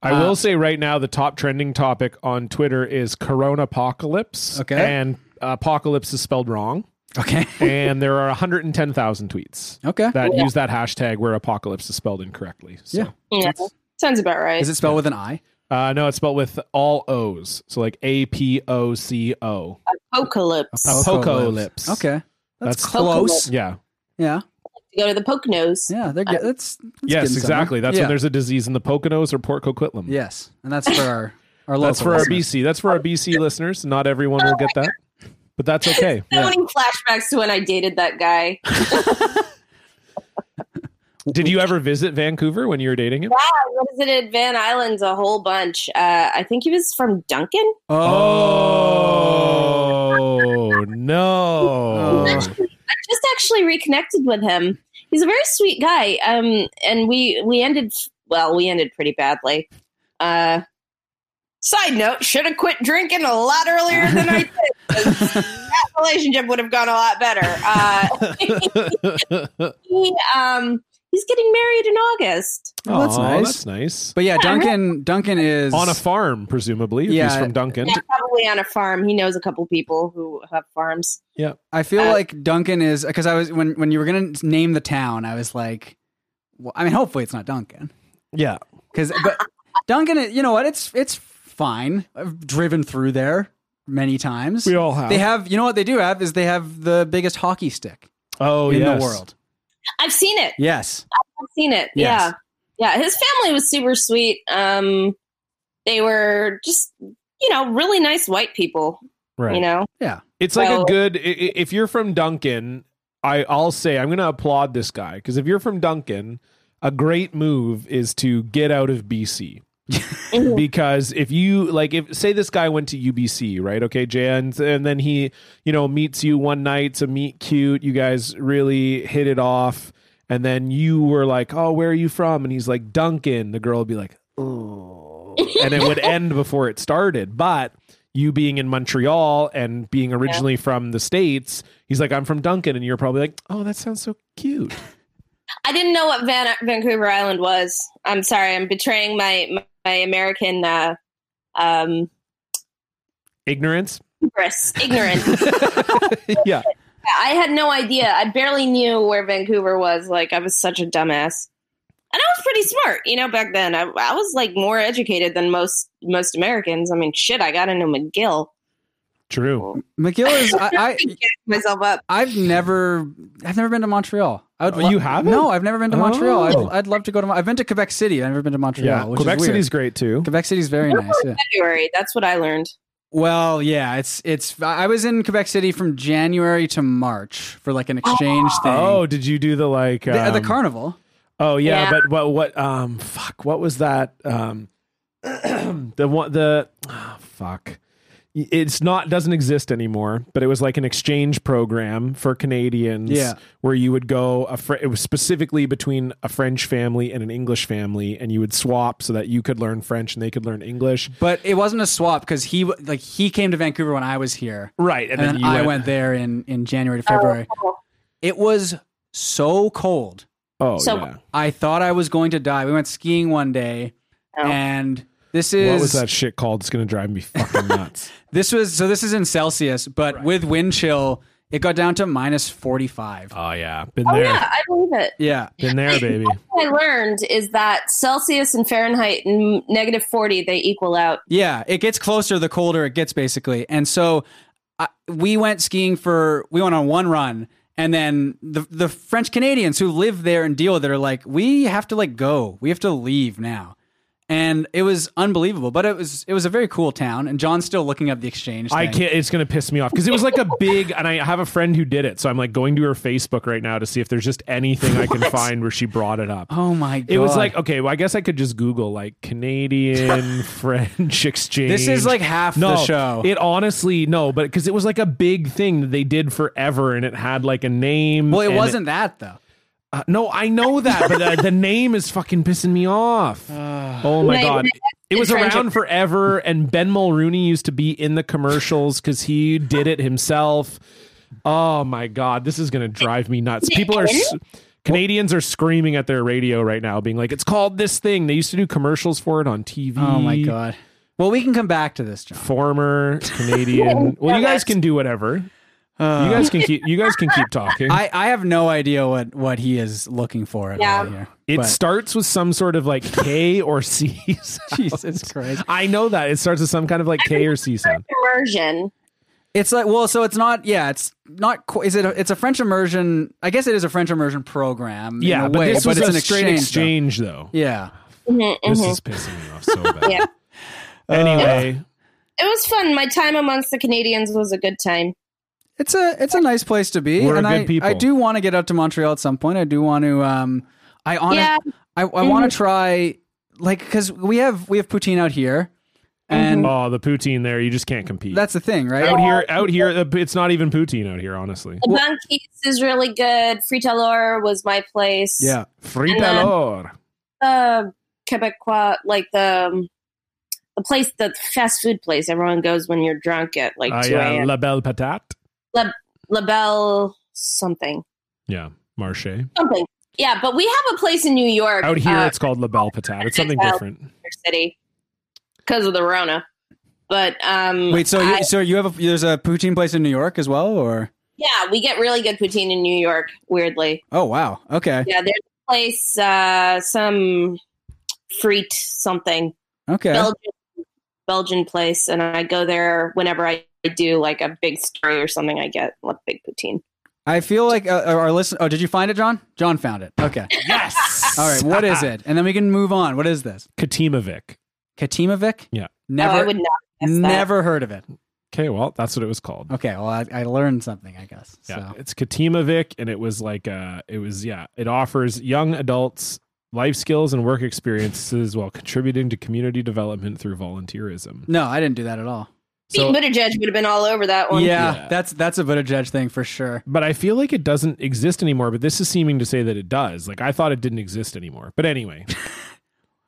I Um, will say right now, the top trending topic on Twitter is Corona Apocalypse. Okay. and uh, apocalypse is spelled wrong. Okay. and there are 110,000 tweets Okay. that use that hashtag where apocalypse is spelled incorrectly. So. Yeah. Yeah, sounds about right. Is it spelled with an I? Uh, no, it's spelled with all O's. So like A P O C O. Apocalypse. Apo- Poco lips. Okay. That's- That's, close. Yeah. Yeah. Go to the poke nose. Yeah. They're get, that's, that's yes, getting somewhere. exactly. That's yeah. when there's a disease in the Poconos or Port Coquitlam. Yes, and that's for our our local. That's for our listeners. BC. That's for our BC listeners. Not everyone will get that, but that's okay. So many flashbacks to when I dated that guy. Yeah, Did you ever visit Vancouver when you were dating him? I visited Van Islands a whole bunch. Uh, I think he was from Duncan. Oh. Oh no! I just actually reconnected with him. He's a very sweet guy. Um, and we we ended well. We ended pretty badly. Uh, side note: should have quit drinking a lot earlier than I did. 'cause that relationship would have gone a lot better. Uh, he, um, he's getting married in August. Well, that's Aw, nice. That's nice. But yeah, Duncan. Duncan is On a farm, presumably. if he's Yeah. from Duncan. Yeah, probably on a farm. He knows a couple people who have farms. I feel Uh, like Duncan is because I was when when you were gonna name the town, I was like, well, I mean, hopefully it's not Duncan Yeah. because but Duncan, is- you know what? It's it's fine. I've driven through there many times. We all have. They have, you know what they do have is they have the biggest hockey stick oh, in yes. the world. I've seen it. Yes, I've seen it. Yes. Yeah. Yeah. His family was super sweet. Um, they were just, you know, really nice white people, Right. you know? It's like a Well- good. i- i- If you're from Duncan, I, I'll say I'm going to applaud this guy because if you're from Duncan, a great move is to get out of BC. Mhm. because if you like if say this guy went to UBC right okay Jay and, and then he you know meets you one night to meet cute you guys really hit it off and then you were like oh where are you from and he's like Duncan the girl would be like oh and it would end before it started but you being in Montreal and being originally from the states he's like I'm from Duncan and you're probably like oh that sounds so cute I didn't know what Van- Vancouver Island was. I'm sorry. I'm betraying my, my American, uh, um, ignorance hubris, ignorance. yeah I had no idea. I barely knew where Vancouver was. Like, I was such a dumbass. and I was pretty smart, you know, back then. I, I was like more educated than most most Americans. I mean, shit, I got into McGill. True. McGill is I, I Get myself up. I've never I've never been to Montreal. I would Oh, you haven't? No, I've never been to Oh. Montreal. I'd, I'd love to go to. Mon- I've been to Quebec City. I've never been to Montreal. Yeah. which Quebec is weird. City's great too. Quebec City's very nice. Yeah. February. That's what I learned. Well, yeah, it's it's. I was in Quebec City from January to March for like an exchange thing. Oh, did you do the like the, uh, um, the carnival. Oh yeah, Yeah. but what what um fuck what was that um the one the ah, fuck it's not doesn't exist anymore but it was like an exchange program for canadians Yeah. where you would go a fr- it was specifically between a french family and an english family and you would swap so that you could learn french and they could learn english But it wasn't a swap because he w- like he came to Vancouver when I was here, right and, then, you I went, there in in January to February. It was so cold. oh So- yeah I thought I was going to die. We went skiing one day, Oh. and this is what was that shit called it's gonna drive me fucking nuts this was so this is in Celsius, but with wind chill, it got down to minus forty five. oh yeah been Oh there yeah, I believe it. yeah, been there baby What I learned is that Celsius and Fahrenheit and negative forty they equal out. Yeah, it gets closer the colder it gets, basically. And so I, we went skiing for we went on one run, and then the the French Canadians who live there and deal with it are like, we have to like go, we have to leave now, and it was unbelievable. But it was it was a very cool town, and John's still looking up the exchange. I thing. can't. It's gonna piss me off because it was like a big. And I have a friend who did it, so I'm like going to her Facebook right now to see if there's just anything I can find where she brought it up. Oh my god! It was like okay, well, I guess I could just Google like Canadian French exchange. this is like half no the show. It honestly no, but because it was like a big thing that they did forever, and it had like a name. well, it and wasn't that though. uh, no, I know that, but uh, the, the name is fucking pissing me off. Uh, oh my Like, god. It was Trench- around forever, and Ben Mulrooney used to be in the commercials because he did it himself. Oh my god, this is gonna drive me nuts. People are s- Canadians are screaming at their radio right now, being like, "It's called this thing." They used to do commercials for it on TV. Oh my god! Well, we can come back to this, John. Former Canadian. well, you guys can do whatever. you guys can keep. You guys can keep talking. I, I have no idea what, what he is looking for at Yeah. all here. it but- starts with some sort of like K or C. Jesus Christ. I know that it starts with some kind of like K or C sound. Immersion. It's like well, so it's not. Yeah, it's not. qu- Is it? A, it's a French immersion. I guess it is a French immersion program. in Yeah, a but way, this was but it's a an straight exchange. though. Mm-hmm. exchange, though. Yeah, Mhm, This mhm. is pissing me off so bad. Yeah. Anyway, It was fun. My time amongst the Canadians was a good time. it's a it's a nice place to be. We're and good I, people. I do want to get out to Montreal at some point. I do want to. Um, I honest, Yeah. Mm-hmm. I, I want to try like because we have we have poutine out here, Mm-hmm. and oh, the poutine there, you just can't compete. that's the thing, right? out here, out here, uh, it's not even poutine out here, honestly. The Banquise is really good. Fritalor was my place. Yeah, Frita then- lor. The Quebecois, like the um, the place, the fast food place everyone goes when you're drunk at like Uh, two yeah, a.m. La Belle Patate. La Belle something, Yeah, Marché. something. Yeah, but we have a place in New York Out here, uh, it's called La Belle Patate. It's something uh, Well, different. your city because of the Rona. But um, wait. So I- you, so you have a, there's a poutine place in New York as well, or yeah, we get really good poutine in New York. Weirdly, oh wow, okay, yeah, there's a place, uh, some frite something okay. Belgian Belgian place, and I go there whenever I do like a big story or something. I get like big poutine. I feel like uh, our listen. Oh, did you find it, John? John found it. Okay. Yes. All right. What is it? And then we can move on. What is this? Katimovic. Katimovic? Yeah. oh, I Never, would not guess that. never heard of it. Okay, well, that's what it was called. Okay. Well, I, I learned something, I guess. Yeah, So. it's Katimovic, and it was like uh it was yeah, it offers young adults life skills and work experiences while contributing to community development through volunteerism. No, I didn't do that at all. So, Pete Buttigieg would have been all over that Yeah, one. Yeah. that's that's a Buttigieg thing for sure. but I feel like it doesn't exist anymore. But this is seeming to say that it does. Like I thought it didn't exist anymore. But anyway,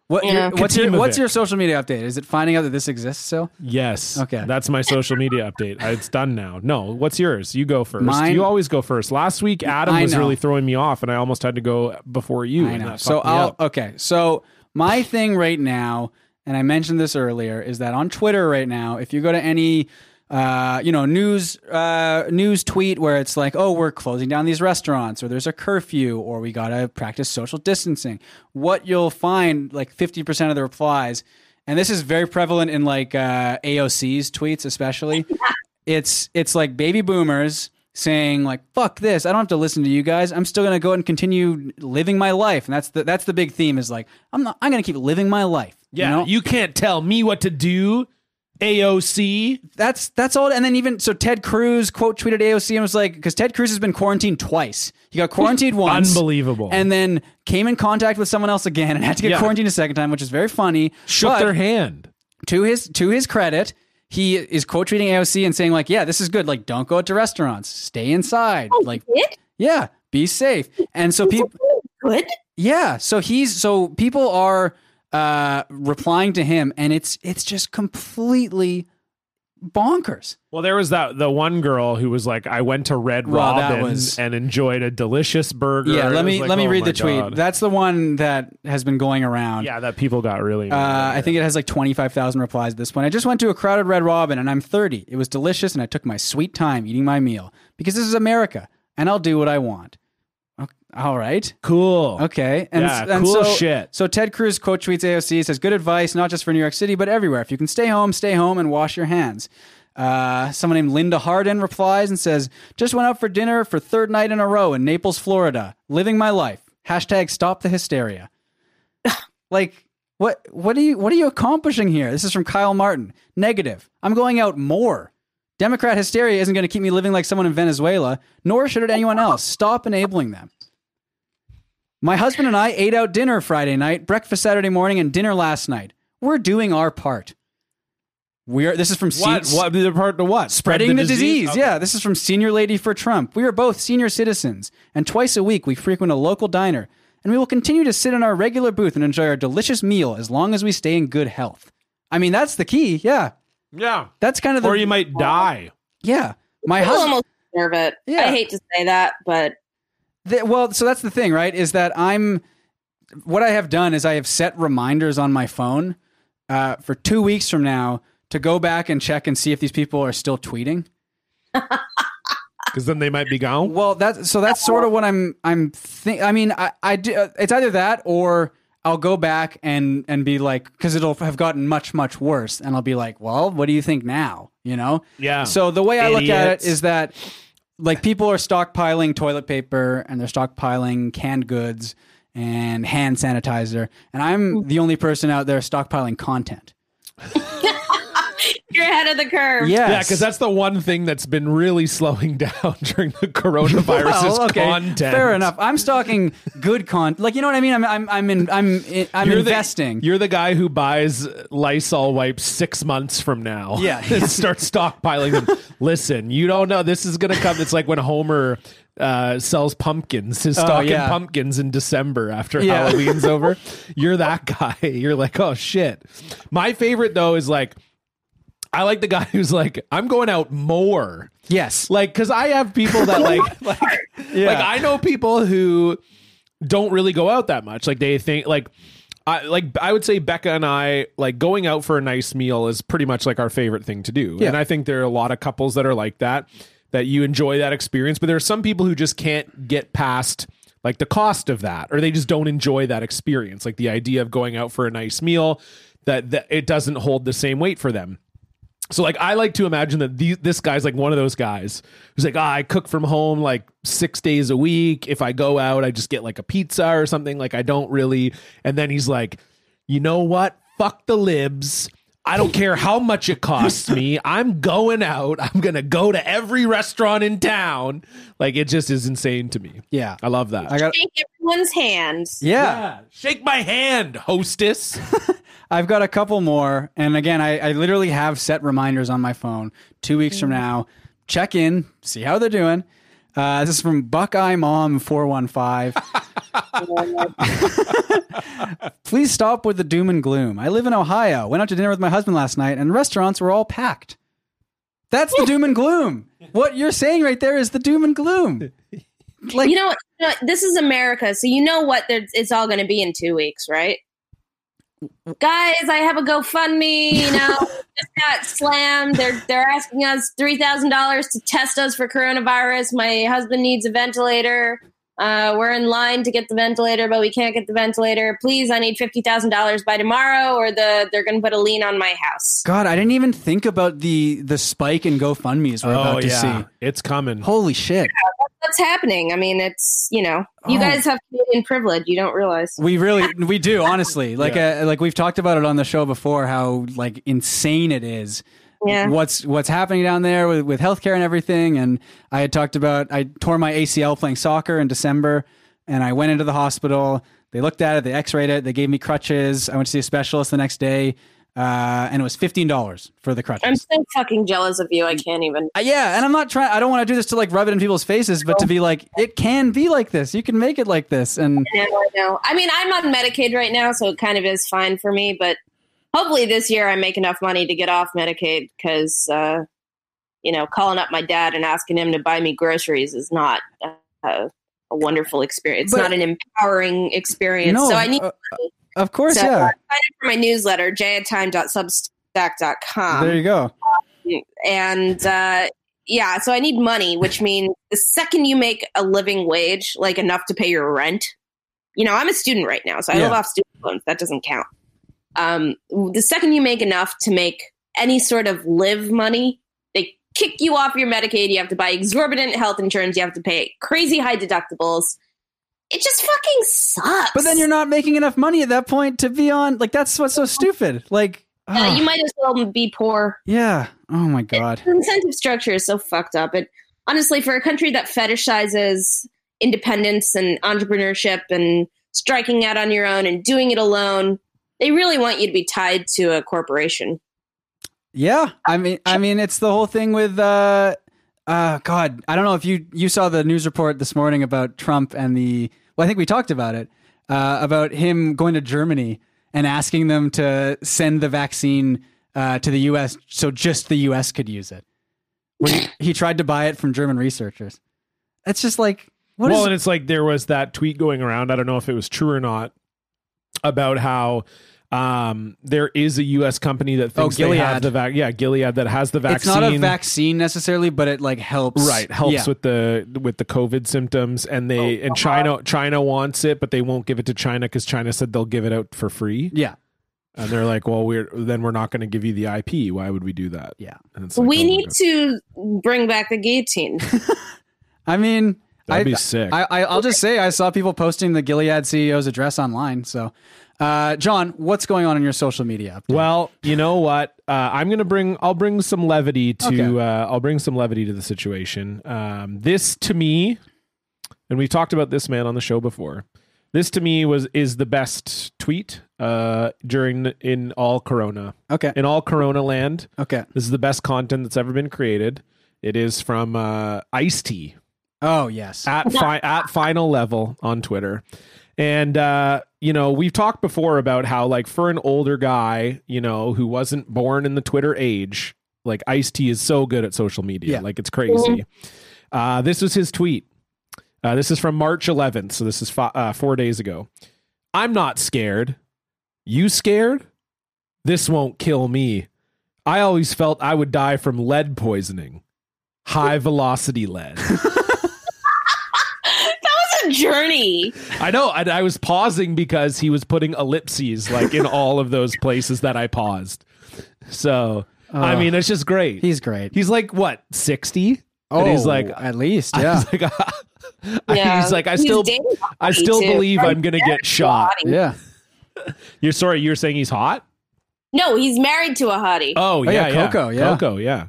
What Yeah. your, what's your Katimovic. what's your social media update? Is it finding out that this exists still? yes, Okay. that's my social media update. It's done now. No, what's yours? You go first. Mine- You always go first. Last week, Adam I was know. really throwing me off, and I almost had to go before you. I and know. that So fucked me I'll up. okay. So my thing right now, and I mentioned this earlier, is that on Twitter right now, if you go to any uh, you know, news uh, news tweet where it's like, oh, we're closing down these restaurants, or there's a curfew, or we gotta practice social distancing. What you'll find, like fifty percent of the replies, and this is very prevalent in like uh, AOC's tweets, especially. it's it's like baby boomers saying like fuck this i don't have to listen to you guys i'm still going to go and continue living my life and that's the that's the big theme is like i'm not i'm going to keep living my life Yeah, you, know? you can't tell me what to do. AOC. that's that's all. And then even so, Ted Cruz quote tweeted AOC and was like, because Ted Cruz has been quarantined twice. He got quarantined once, Unbelievable. and then came in contact with someone else again and had to get Yeah. quarantined a second time, which is very funny. shook But their hand. to his to his credit. He is quote tweeting AOC and saying like, "Yeah, this is good. Like, don't go out to restaurants. Stay inside. Like, Did? yeah, be safe." And so people, Good. yeah, so he's so people are uh replying to him, and it's it's just completely bonkers. Well, there was that the one girl who was like, "I went to Red Wow, that Robin was- and enjoyed a delicious burger." Yeah, It was let me like, let me oh read my the tweet. God. That's the one that has been going around. yeah, that people got really. Uh, I think it has like 25,000 replies at this point. I just went to a crowded Red Robin and I'm 30. It was delicious and I took my sweet time eating my meal because this is America and I'll do what I want. Ok- All right. cool. Okay. And, Yeah, and cool so, shit. So Ted Cruz quote tweets AOC says, "Good advice, not just for New York City, but everywhere. If you can stay home, stay home and wash your hands." Uh, someone named Linda Harden replies and says, "Just went out for dinner for third night in a row in Naples, Florida. Living my life. Hashtag stop the hysteria." like. What what are you what are you accomplishing here? This is from Kyle Martin. Negative. I'm going out more. Democrat hysteria isn't going to keep me living like someone in Venezuela, nor should it anyone else. Stop enabling them. My husband and I ate out dinner Friday night, breakfast Saturday morning, and dinner last night. We're doing our part. We're this is from se- What? What? The part to what? Spread spreading the, disease. Okay. Yeah, this is from Senior Lady for Trump. We are both senior citizens, and twice a week we frequent a local diner, and we will continue to sit in our regular booth and enjoy our delicious meal as long as we stay in good health. I mean, that's the key. Yeah, Yeah. that's kind of the Or you might die. yeah. My People husband. almost deserve it. Yeah. I hate to say that, but Th well, so that's the thing, right? Is that I'm what I have done is I have set reminders on my phone uh, for two weeks from now to go back and check and see if these people are still tweeting. Because then they might be gone. Well, that's so that's sort of what I'm I'm think. I mean, I I do, it's either that or I'll go back and and be like because it'll have gotten much much worse, and I'll be like, well, what do you think now? You know? Yeah. So the way I look at it Oh. Idiots. is that like people are stockpiling toilet paper and they're stockpiling canned goods and hand sanitizer, and I'm the only person out there stockpiling content. you're ahead of the curve. Yes. Yeah, because that's the one thing that's been really slowing down during the coronavirus is content. Fair enough. I'm stalking good content. Like you know what I mean. I'm I'm I'm in, I'm in, I'm investing. The, you're the guy who buys Lysol wipes six months from now. Yeah. start stockpiling them. Listen, you don't know this is gonna come. It's like when Homer uh, sells pumpkins, his stocking Oh, yeah. pumpkins in December after Yeah. Halloween's over. You're that guy. You're like, oh shit. My favorite though is like. I like the guy who's like, I'm going out more. yes. Like, cause I have people that like, like, like I know people who don't really go out that much. Like they think like I like I would say Becca and I like going out for a nice meal is pretty much like our favorite thing to do. And I think there are a lot of couples that are like that that you enjoy that experience, but there are some people who just can't get past like the cost of that or they just don't enjoy that experience. Like the idea of going out for a nice meal that, that it doesn't hold the same weight for them. So like I like to imagine that these, this guy's like one of those guys who's like, ah, I cook from home like six days a week. If I go out, I just get like a pizza or something. Like I don't really. And then he's like, you know what? Fuck the libs. I don't care how much it costs me. I'm going out. I'm gonna go to every restaurant in town. Like it just is insane to me. Yeah. I love that. I got. Shake everyone's hands. Yeah. Yeah. Shake my hand, hostess. I've got a couple more, and again, I, I literally have set reminders on my phone. Two weeks Mm. from now, check in, see how they're doing. Uh, this is from Buckeye Mom four one five. Please stop with the doom and gloom. I live in Ohio. Went out to dinner with my husband last night, and restaurants were all packed. That's the doom and gloom. What you're saying right there is the doom and gloom. Like, You know, what- you know what? this is America, so you know what there- it's all going to be in two weeks, right? guys, I have a GoFundMe. You know, just got slammed. They're they're asking us three thousand dollars to test us for coronavirus. My husband needs a ventilator. Uh, we're in line to get the ventilator, but we can't get the ventilator. Please, I need fifty thousand dollars by tomorrow, or the they're going to put a lien on my house. God, I didn't even think about the the spike in GoFundmes we're oh about to yeah, see. it's coming. Holy shit. That's happening. I mean, it's you know, you Oh. guys have Canadian privilege. You don't realize. We really we do honestly. Like uh, like we've talked about it on the show before how like insane it is. Yeah. What's what's happening down there with, with healthcare and everything and I had talked about I tore my ACL playing soccer in December and I went into the hospital. They looked at it, they x-rayed it, they gave me crutches. I went to see a specialist the next day. Uh, and it was fifteen dollars for the crutches. I'm so fucking jealous of you. I can't even. Uh, yeah, and I'm not trying. I don't want to do this to like rub it in people's faces, but to be like, it can be like this. You can make it like this, and I know, I know. I mean, I'm on Medicaid right now, so it kind of is fine for me. But hopefully, this year I make enough money to get off Medicaid because, uh, you know, calling up my dad and asking him to buy me groceries is not uh, a, wonderful experience. But- it's not an empowering experience. no, so I need uh, of course, so, uh, yeah. sign up for my newsletter, jayatime.substack.com there you go. and uh, yeah, so I need money, which means the second you make a living wage, like enough to pay your rent, you know, I'm a student right now, so I Yeah. live off student loans. That doesn't count. Um, the second you make enough to make any sort of live money, they kick you off your Medicaid. You have to buy exorbitant health insurance. You have to pay crazy high deductibles. It just fucking sucks. But then you're not making enough money at that point to be on. Like that's what's so stupid. Like, Yeah, oh, Uh, you might as well be poor. yeah. Oh my god. The incentive structure is so fucked up. It honestly, for a country that fetishizes independence and entrepreneurship and striking out on your own and doing it alone, they really want you to be tied to a corporation. Yeah, I mean, I mean, it's the whole thing with. uh uh, God, I don't know if you you saw the news report this morning about Trump and the. Well, I think we talked about it uh, about him going to Germany and asking them to send the vaccine uh, to the U.S. so just the U.S. could use it. When he, he tried to buy it from German researchers. It's just like what is well, and it's like there was that tweet going around. I don't know if it was true or not about how um, there is a U.S. company that Oh, thinks they Gilead. have the vac. Yeah, Gilead that has the vaccine. it's not a vaccine necessarily, but it like helps. Right, helps Yeah. Oh, with the with the COVID symptoms, and they and uh-huh. China China wants it, but they won't give it to China because China said they'll give it out for free, yeah. and they're like, well, we're then we're not going to give you the IP. Why would we do that? Yeah. and it's like, we oh my need God. to bring back the guillotine. I mean, That'd I, be sick. I, I, I'll just say I saw people posting the Gilead CEO's address online. So, uh, John, what's going on in your social media? update? Well, you know what? Uh, I'm gonna bring. I'll bring some levity to. Okay. Uh, I'll bring some levity to the situation. Um, this to me, and we've talked about this man on the show before. This to me was is the best tweet uh, during in all Corona okay, in all Corona land. okay. This is the best content that's ever been created. It is from uh, Ice Tea Oh yes, at fi- at final level on Twitter. And uh, you know, we've talked before about how like for an older guy, you know, who wasn't born in the Twitter age, like Ice T is so good at social media. Yeah. Like it's crazy. Uh, this was his tweet. Uh, this is from March 11th, so this is fi- uh, 4 days ago. I'm not scared. You scared? This won't kill me. I always felt I would die from lead poisoning. High velocity lead. that was a journey. I know. I, I was pausing because he was putting ellipses like in all of those places that I paused. So I Oh. mean, it's just great. he's great. Oh, he's like what sixty, and he's like, at least, I yeah, was like, he's like, I still, dating I Bobby, still too. believe I'm gonna get shot. Bobby. yeah. You're sorry, you're saying he's hot? No, he's married to a hottie. Oh, yeah, yeah, Coco, yeah. Coco, yeah.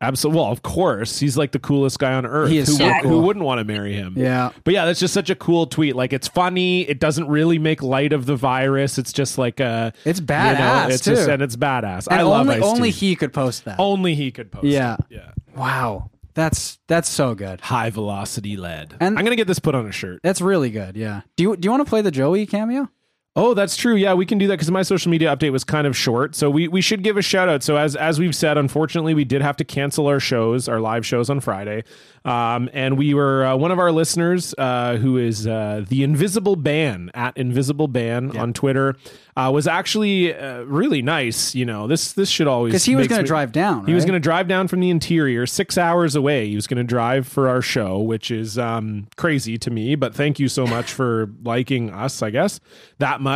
Absolutely. Well, of course, he's like the coolest guy on earth. He is who, so would, cool. who wouldn't want to marry him? Yeah. But yeah, that's just such a cool tweet. Like it's funny. It doesn't really make light of the virus. It's just like a It's you know, badass it's too. just and it's badass. And I love only, Ice-T. Oh. only he could post that. Only he could post. Yeah. it. yeah. Wow, that's that's so good. High velocity lead. And- I'm gonna get this put on a shirt. That's really good. Yeah. Do you do you want to play the Joey cameo? Oh, that's true. Yeah, we can do that because my social media update was kind of short. So we, we should give a shout out. So as as we've said, unfortunately, we did have to cancel our shows, our live shows on Friday, um, and we were uh, one of our listeners uh, who is uh, the Invisible Ban at Invisible Ban on Twitter uh, was actually uh, really nice. You know, this this should always because he was makes going to me- drive down. He was right? going to drive down from the interior, six hours away. He was going to drive for our show, which is um, crazy to me. But thank you so much for liking us, I guess that much.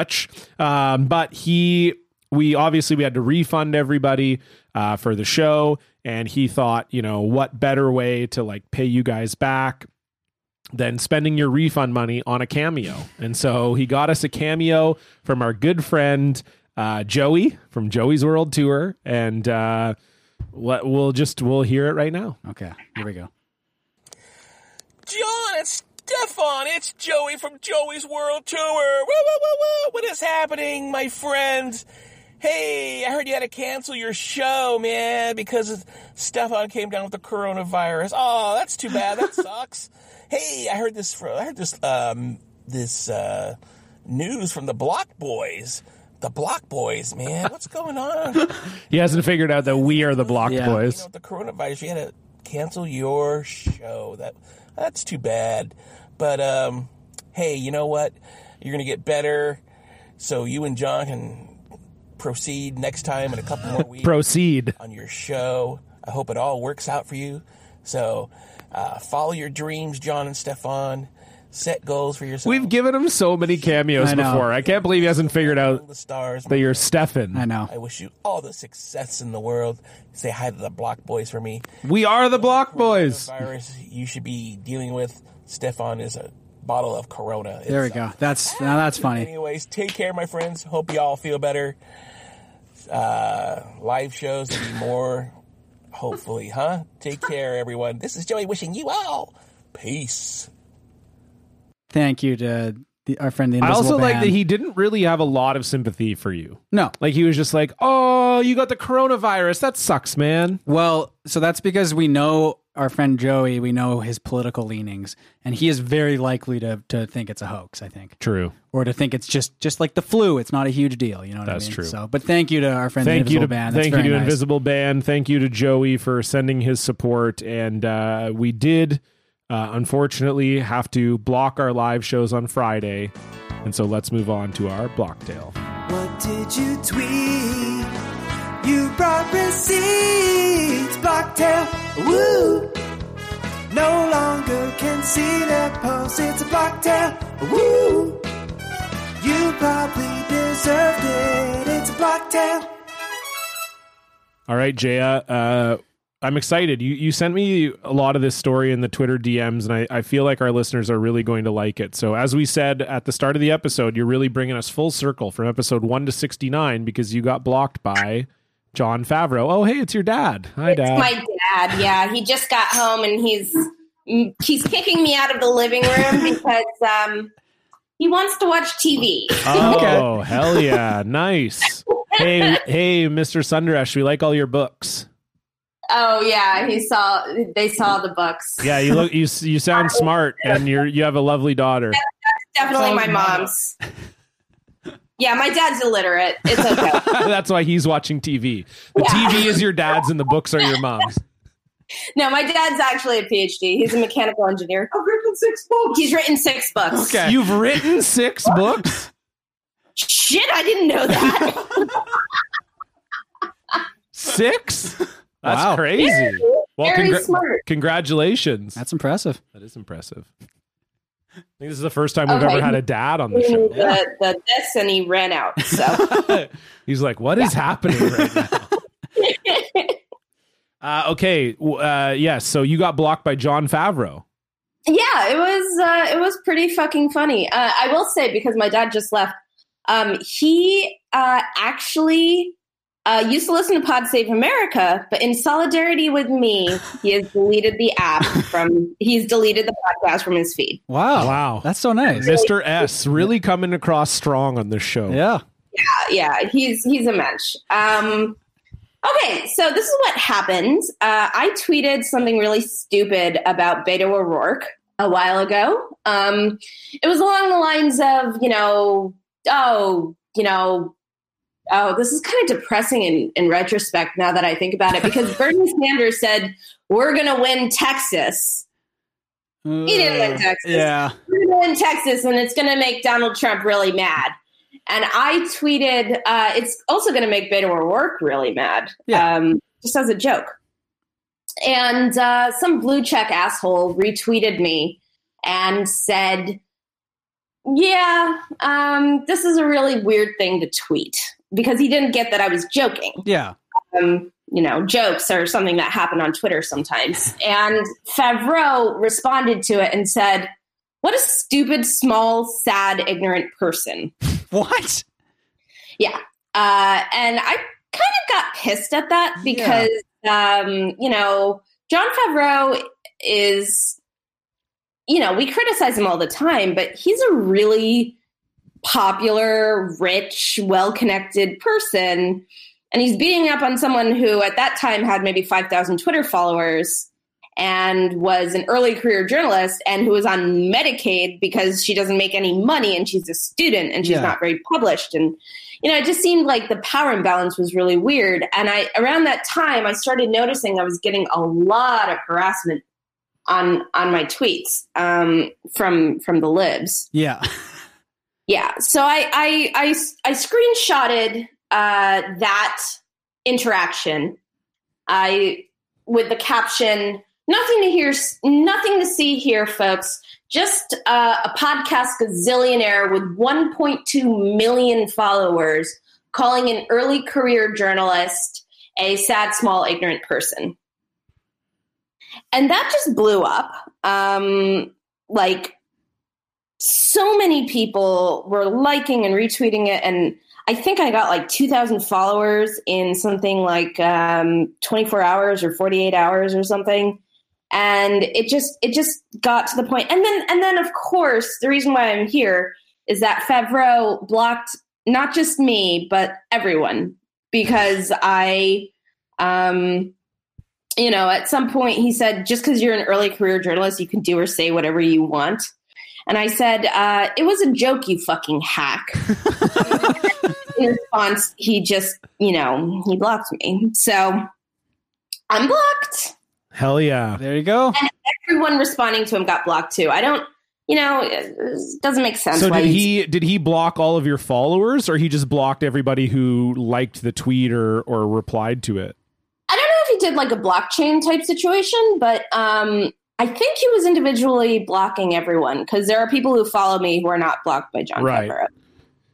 Um, but he, we obviously we had to refund everybody uh, for the show, and he thought, you know, what better way to like pay you guys back than spending your refund money on a cameo. And so he got us a cameo from our good friend uh, Joey from Joey's World Tour, and uh, let, we'll just we'll hear it right now. Okay, here we go. John, it's Stefan. It's Joey from Joey's World Tour. Woo, woo, woo, woo. What is happening, my friends? Hey, I heard you had to cancel your show, man, because Stefan came down with the coronavirus. Oh, that's too bad. That sucks. hey, I heard this. fr- I heard this. Um, this uh, news from the Block Boys. The Block Boys, man. What's going on? He hasn't figured out that we are the Block Yeah. Boys. you know, with the coronavirus, you had to cancel your show. That that's too bad. But um, hey, you know what? You're gonna get better. So you and John can proceed next time in a couple more weeks Proceed. on your show. I hope it all works out for you. So uh, follow your dreams, John and Stefan. Set goals for yourself. We've given him so many cameos I know. before. I can't believe he hasn't figured out the stars. that you're I Stefan. I know. wish you all the success in the world. Say hi to the Block Boys for me. We are the Block Boys. virus you should be dealing with, Stefan, is a bottle of Corona. There we itself. go. That's now that's funny. Anyways, take care, my friends. Hope you all feel better. Uh, live shows will be more, hopefully, huh? Take care, everyone. This is Joey wishing you all peace. Thank you to the, our friend the I Invisible also like Band. that he didn't really have a lot of sympathy for you. no. Like he was just like, "Oh, you got the coronavirus. That sucks, man." Well, so that's because we know our friend Joey. We know his political leanings, and he is very likely to to think it's a hoax. I think. True. or to think it's just just like the flu. It's not a huge deal. You know what That's I mean? true. So, but thank you to our friend Thank the you Invisible to Band. That's thank you very to nice. Invisible Band. Thank you to Joey for sending his support. And uh, we did, uh, unfortunately, have to block our live shows on Friday. And so let's move on to our block tale. What did you tweet? You brought receipts, Blocktail. Woo! No longer can see the post. It's a Blocktail. Woo! You probably deserved it. It's a Blocktail. All right, Jaya. Uh, I'm excited. You you sent me a lot of this story in the Twitter DMs, and I, I feel like our listeners are really going to like it. So, as we said at the start of the episode, you're really bringing us full circle from episode one to 69 because you got blocked by John Favreau. Oh, hey, it's your dad. Hi, It's dad. my dad. Yeah, he just got home and he's he's kicking me out of the living room because um, he wants to watch TV. Oh, hell yeah. Nice. hey, hey, Mr. Sundaresh, we like all your books. Oh yeah, he saw they saw the books. Yeah, you look you you sound smart and you're you have a lovely daughter. definitely my mom's. Yeah, my dad's illiterate. It's okay. That's why he's watching TV. The Yeah. TV is your dad's and the books are your mom's. no, my dad's actually a PhD. He's a mechanical engineer. I've written six books. He's written six books. Okay. You've written 6 books? Shit, I didn't know that. 6? That's Wow. crazy. Well, Very congra- smart. congratulations. That's impressive. that is impressive. I think this is the first time we've Okay. ever had a dad on the show. The, the this and he ran out. So He's like, what is happening right now? uh, okay. w- Uh, yes. so you got blocked by John Favreau. yeah, it was uh, it was pretty fucking funny. Uh, I will say because my dad just left. Um, he uh, actually uh, used to listen to Pod Save America, but in solidarity with me, he has deleted the app from. He's deleted the podcast from his feed. Wow. Wow. Oh. That's so nice. Mr. S really coming across strong on this show. Yeah. yeah, he's he's a mensch. Um, okay, so this is what happened. Uh, I tweeted something really stupid about Beto O'Rourke a while ago. Um, it was along the lines of, you know, oh, you know, oh, this is kind of depressing in, in retrospect now that I think about it because Bernie Sanders said we're going to win Texas. He didn't like Texas. Uh, Yeah. We're going to win Texas, and it's going to make Donald Trump really mad. And I tweeted, uh, it's also going to make Beto O'Rourke really mad, Yeah. um, just as a joke. And uh, some blue check asshole retweeted me and said, Yeah, um, this is a really weird thing to tweet because he didn't get that I was joking Yeah. um, you know, jokes or something that happen on Twitter sometimes. And Favreau responded to it and said, What a stupid, small, sad, ignorant person. What? Uh, and I kind of got pissed at that because, um, you know, John Favreau is, you know, we criticize him all the time, but he's a really popular, rich, well connected person. And he's beating up on someone who at that time had maybe 5,000 Twitter followers and was an early career journalist and who was on Medicaid because she doesn't make any money and she's a student and she's Yeah. not very published. And, you know, it just seemed like the power imbalance was really weird. And I, around that time, I started noticing I was getting a lot of harassment on, on my tweets, um, from, from the libs. Yeah. Yeah. So I I I, I screenshotted uh, that interaction. I with the caption nothing to hear nothing to see here folks just uh, a podcast gazillionaire with 1.2 million followers calling an early career journalist a sad small ignorant person and that just blew up um, like so many people were liking and retweeting it and i think i got like 2000 followers in something like um, 24 hours or 48 hours or something and it just it just got to the point and then and then of course the reason why i'm here is that favreau blocked not just me but everyone because i um you know at some point he said just because you're an early career journalist you can do or say whatever you want and I said, uh, it was a joke, you fucking hack. In response, he just, you know, he blocked me. So I'm blocked. Hell yeah. There you go. Everyone responding to him got blocked too. I don't, you know, it it doesn't make sense. So why did he's- he did he block all of your followers or he just blocked everybody who liked the tweet or or replied to it? I don't know if he did like a blockchain type situation, but um, I think he was individually blocking everyone because there are people who follow me who are not blocked by John Right. Favreau.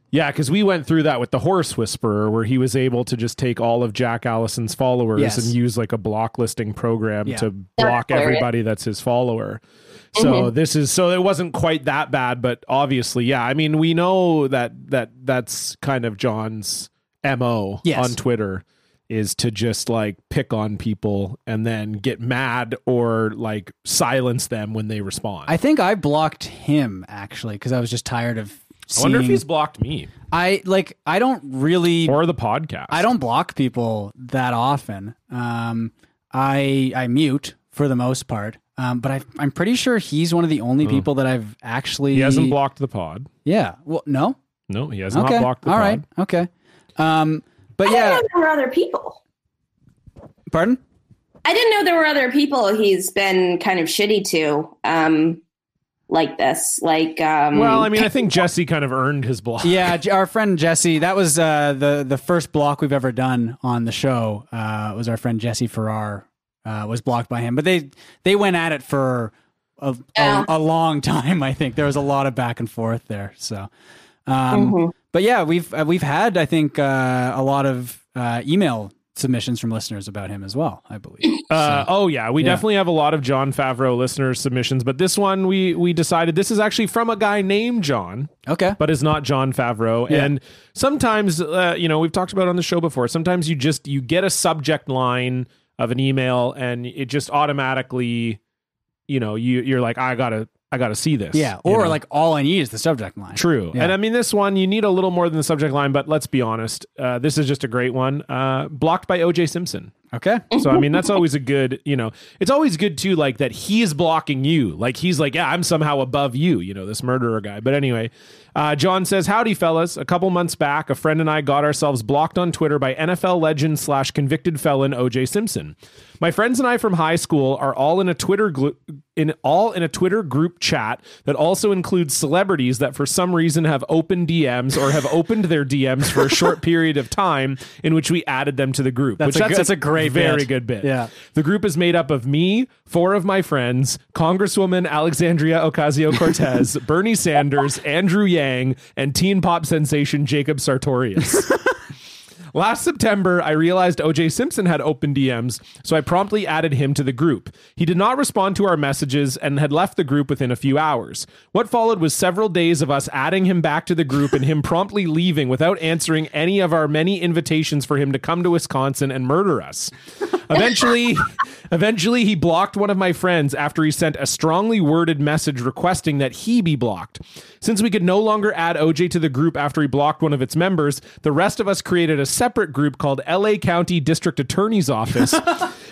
Yeah, because we went through that with the Horse Whisperer, where he was able to just take all of Jack Allison's followers Yes. and use like a block listing program Yeah. to block hilarious. everybody that's his follower. Mm-hmm. So this is so it wasn't quite that bad, but obviously, yeah. I mean, we know that that that's kind of John's mo Yes. on Twitter is to just like pick on people and then get mad or like silence them when they respond. I think I blocked him actually because I was just tired of. I Seeing, wonder if he's blocked me I like. I don't really. or the podcast. I don't block people that often. Um, I I mute for the most part. Um, but I, I'm pretty sure he's one of the only people that I've actually. Hmm. He hasn't blocked the pod. Yeah. Well, no. No, he has Okay. not All blocked the right. pod. Okay. Um, but I didn't yeah. know there were other people. Pardon. I didn't know there were other people he's been kind of shitty to, um, like this. Like, um, Well, I mean, I think Jesse kind of earned his block. Mm. Yeah, J- our friend Jesse. That was uh, the the first block we've ever done on the show. Uh, was our friend Jesse Farrar uh, was blocked by him, but they they went at it for a, Yeah. a, a long time. I think there was a lot of back and forth there. So, um, Mhm. but yeah, we've uh, we've had I think uh, a lot of uh, email submissions from listeners about him as well. I believe. Uh, So- oh yeah, we Yeah. definitely have a lot of John Favreau listener submissions, but this one we we decided this is actually from a guy named John, okay. but is not John Favreau. Yeah. And sometimes, uh, you know, we've talked about it on the show before. Sometimes you just you get a subject line of an email, and it just automatically, you know, you you're like, I gotta I gotta see this. Yeah, you or know? like all I need is the subject line. True. Yeah. And I mean, this one, you need a little more than the subject line, but let's be honest. Uh, this is just a great one. Uh, blocked by OJ Simpson. Okay. So I mean, that's always a good, you know, it's always good too, like that he is blocking you. Like he's like, yeah, I'm somehow above you, you know, this murderer guy. But anyway, uh, John says, "Howdy, fellas! A couple months back, a friend and I got ourselves blocked on Twitter by NFL legend slash convicted felon O.J. Simpson. My friends and I from high school are all in a Twitter glu- in all in a Twitter group chat that also includes celebrities that for some reason have open DMs or have opened their DMs for a short period of time, in which we added them to the group. That's which a good- that's a great very bit. good bit. Yeah. The group is made up of me, four of my friends, Congresswoman Alexandria Ocasio Cortez, Bernie Sanders, Andrew Yang, and teen pop sensation Jacob Sartorius. Last September, I realized OJ Simpson had open DMs, so I promptly added him to the group. He did not respond to our messages and had left the group within a few hours. What followed was several days of us adding him back to the group and him promptly leaving without answering any of our many invitations for him to come to Wisconsin and murder us. Eventually, eventually he blocked one of my friends after he sent a strongly worded message requesting that he be blocked. Since we could no longer add OJ to the group after he blocked one of its members, the rest of us created a separate group called LA County District Attorney's Office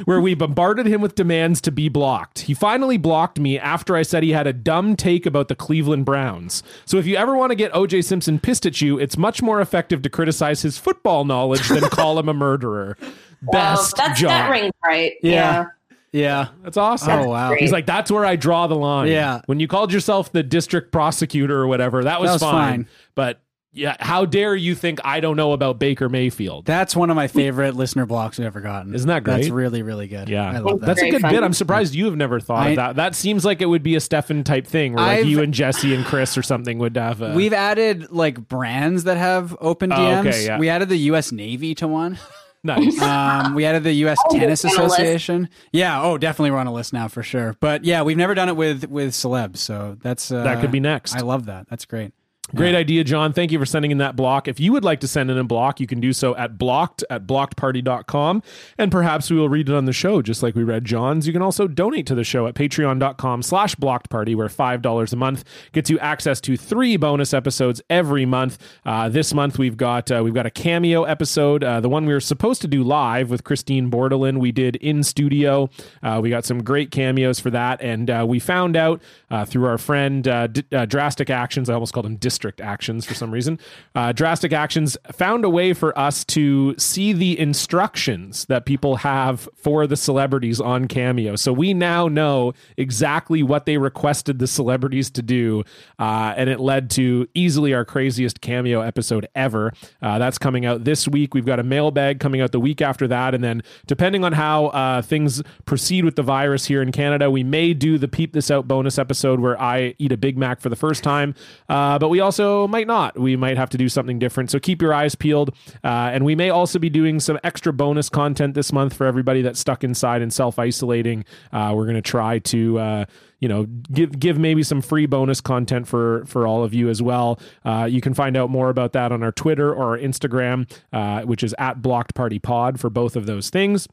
where we bombarded him with demands to be blocked. He finally blocked me after I said he had a dumb take about the Cleveland Browns. So if you ever want to get OJ Simpson pissed at you, it's much more effective to criticize his football knowledge than call him a murderer. Oh, Best that's job. that rings right. Yeah. Yeah. That's awesome. Oh, wow. great. He's like, that's where I draw the line. Yeah. When you called yourself the district prosecutor or whatever, that was, was fine. fine. But yeah, how dare you think I don't know about Baker Mayfield? That's one of my favorite listener blocks we've ever gotten. Isn't that great? That's really, really good. yeah, I love that. that's a Very good fun. bit. I'm surprised you have never thought I- of that. That seems like it would be a Stefan type thing, where like I've- you and Jesse and Chris or something would have. A, We've added like brands that have open Oh, DMs. okay, yeah. We added the U.S. Navy to one. nice. Um, we added the U.S. Oh, we're Tennis on a list. Association. Yeah. Oh, definitely we're on a list now for sure. But yeah, we've never done it with with celebs, so that's uh, That could be next. I love that. That's great. Great idea, John. Thank you for sending in that block. If you would like to send in a block, you can do so at blocked at blockedparty.com. And perhaps we will read it on the show, just like we read John's. You can also donate to the show at patreon.com slash blocked party, where $5 a month gets you access to three bonus episodes every month. Uh, this month we've got uh, we've got a cameo episode, uh, the one we were supposed to do live with Christine Bordelin. We did in studio. Uh, we got some great cameos for that, and uh, we found out uh, through our friend uh, D- uh, Drastic Actions. I almost called him District Actions for some reason. Uh, Drastic Actions found a way for us to see the instructions that people have for the celebrities on Cameo. So we now know exactly what they requested the celebrities to do, uh, and it led to easily our craziest Cameo episode ever. Uh, that's coming out this week. We've got a mailbag coming out the week after that, and then depending on how uh, things proceed with the virus here in Canada, we may do the peep this out bonus episode where I eat a Big Mac for the first time, uh, but we also might not. We might have to do something different. So keep your eyes peeled, uh, and we may also be doing some extra bonus content this month for everybody that's stuck inside and self isolating. Uh, we're going to try to. Uh, you know, give give maybe some free bonus content for for all of you as well. Uh, you can find out more about that on our Twitter or our Instagram, uh, which is at Blocked Party Pod for both of those things.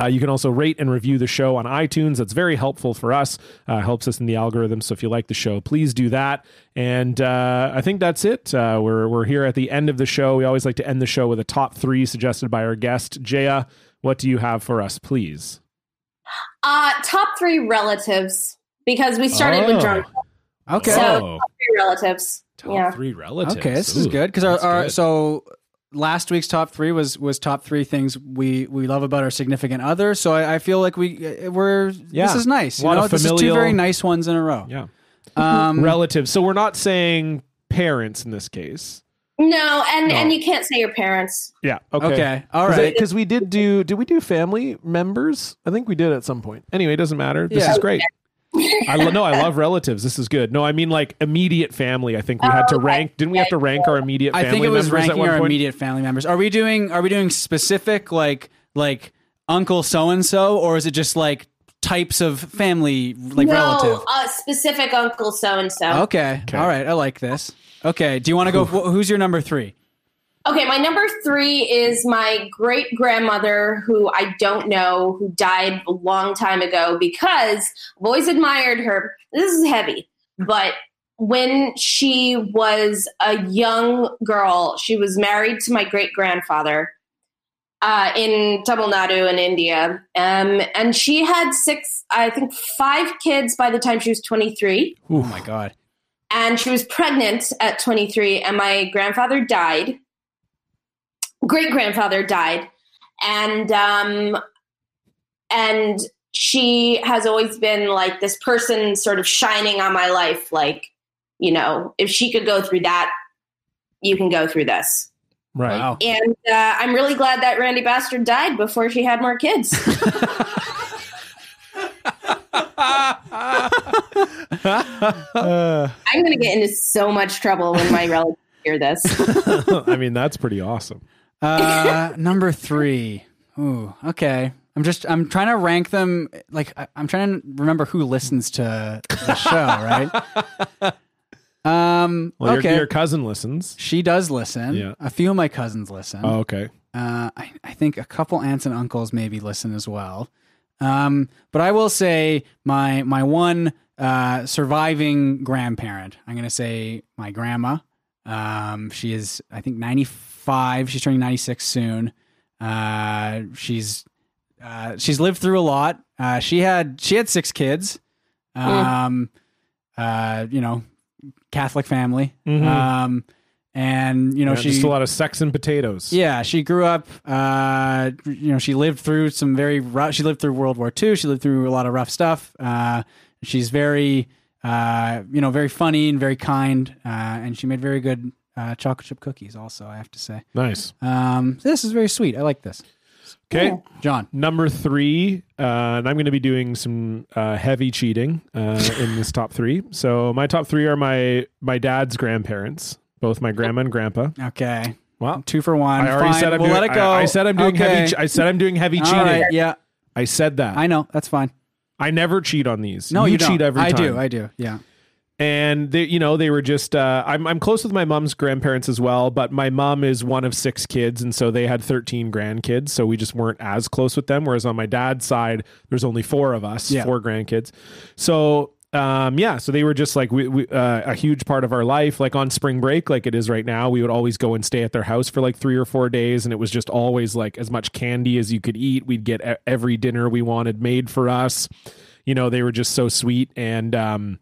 Uh, you can also rate and review the show on iTunes. That's very helpful for us. Uh, helps us in the algorithm. So if you like the show, please do that. And uh, I think that's it. Uh, we're we're here at the end of the show. We always like to end the show with a top three suggested by our guest Jaya. What do you have for us, please? Uh, top three relatives because we started Oh. with drunk Okay. So- Oh. three relatives. Top yeah. three relatives. Okay, this is Ooh, good because our, that's our good. so last week's top three was was top three things we we love about our significant other. So I, I feel like we uh, we're Yeah. this is nice. A lot you know, of this is two familial- very nice ones in a row. yeah, Um, relatives. So we're not saying parents in this case. No, and No. and you can't say your parents. Yeah. okay. all right. Because we did do. Did we do family members? I think we did at some point. Anyway, it doesn't matter. This Yeah. is great. I lo- no, I love relatives. This is good. No, I mean like immediate family. I think we had to rank. Didn't we have to rank our immediate? I family think it was members at ranking one our point? immediate family members. Are we doing are we doing specific like like uncle so and so or is it just like types of family like no, relative? Uh, specific uncle so and so. Okay. All right. I like this. Okay. Do you want to go? wh- Who's your number three? Okay, my number three is my great grandmother, who I don't know, who died a long time ago because I've always admired her. This is heavy, but when she was a young girl, she was married to my great grandfather. uh, in Tamil Nadu in India. Um, and she had six, I think, five kids by the time she was 23. Oh my god. And she was pregnant at 23, and my grandfather died. Great grandfather died. And, um, and she has always been like this person sort of shining on my life. Like, you know, if she could go through that, you can go through this. Right. Wow. And uh, I'm really glad that Randy Bastard died before she had more kids. Uh, I'm going to get into so much trouble when my relatives hear this. I mean, that's pretty awesome. Uh, number three. Ooh, okay. I'm just I'm trying to rank them. Like I, I'm trying to remember who listens to the show, right? Um. Well, okay. your, your cousin listens. she does listen. Yeah. A few of my cousins listen. Oh, okay. Uh, I, I think a couple aunts and uncles maybe listen as well. Um, but I will say my my one uh, surviving grandparent. I'm going to say my grandma. Um, she is I think 95. She's turning 96 soon. Uh, she's uh, she's lived through a lot. Uh, she had she had six kids. Um, uh, you know, Catholic family. Mhm. Um, and you know Yeah, she just a lot of sex and potatoes. yeah, she grew up. Uh, you know, she lived through some very rough. She lived through World War II. She lived through a lot of rough stuff. Uh, she's very, uh, you know, very funny and very kind. Uh, and she made very good uh, chocolate chip cookies. Also, I have to say, Nice. um, this is very sweet. I like this, Okay. John. Number three, uh, and I'm going to be doing some uh, heavy cheating uh, in this top three. So my top three are my my dad's grandparents, both my grandma and grandpa. Okay, Well, two for one. I already Fine. said I'm we'll doing, let it go. I, I said I'm doing Okay. heavy. Che- I said I'm doing heavy cheating. All right, yeah, I said that. I I, know that's fine. never cheat on these. No, you, don't. cheat every I time. do. I do. Yeah. and they, you know, they were just. Uh, I'm I'm close with my mom's grandparents as well, but my mom is one of six kids, and so they had 13 grandkids. So we just weren't as close with them. Whereas on my dad's side, there's only four of us, Yeah. four grandkids. So. Um, yeah, so they were just like we, we, uh, a huge part of our life. Like on spring break, like it is right now, we would always go and stay at their house for like three or four days, and it was just always like as much candy as you could eat. We'd get e- every dinner we wanted made for us. You know, they were just so sweet, and um,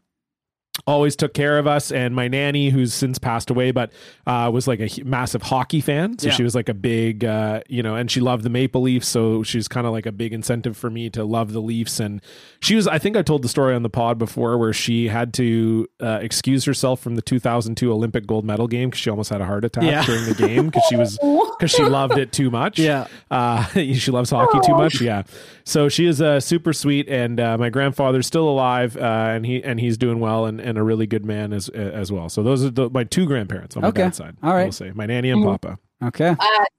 always took care of us and my nanny who's since passed away but uh, was like a hu- massive hockey fan so Yeah. she was like a big uh, you know and she loved the maple leafs so she's kind of like a big incentive for me to love the leafs and she was i think i told the story on the pod before where she had to uh, excuse herself from the 2002 olympic gold medal game because she almost had a heart attack Yeah. during the game because she was because she loved it too much Yeah. uh, she loves hockey too Oh. much. Yeah. So she is uh, super sweet, and uh, my grandfather's still alive, uh, and he and he's doing well, and, and a really good man as as well. So those are the, my two grandparents on Okay. my dad's side. All right. Mm. we'll say my nanny and papa. Okay.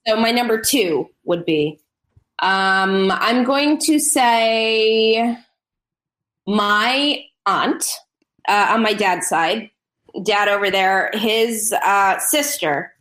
So my number two would be um, I'm going to say my aunt uh, on my dad's side, dad over there, his uh, sister,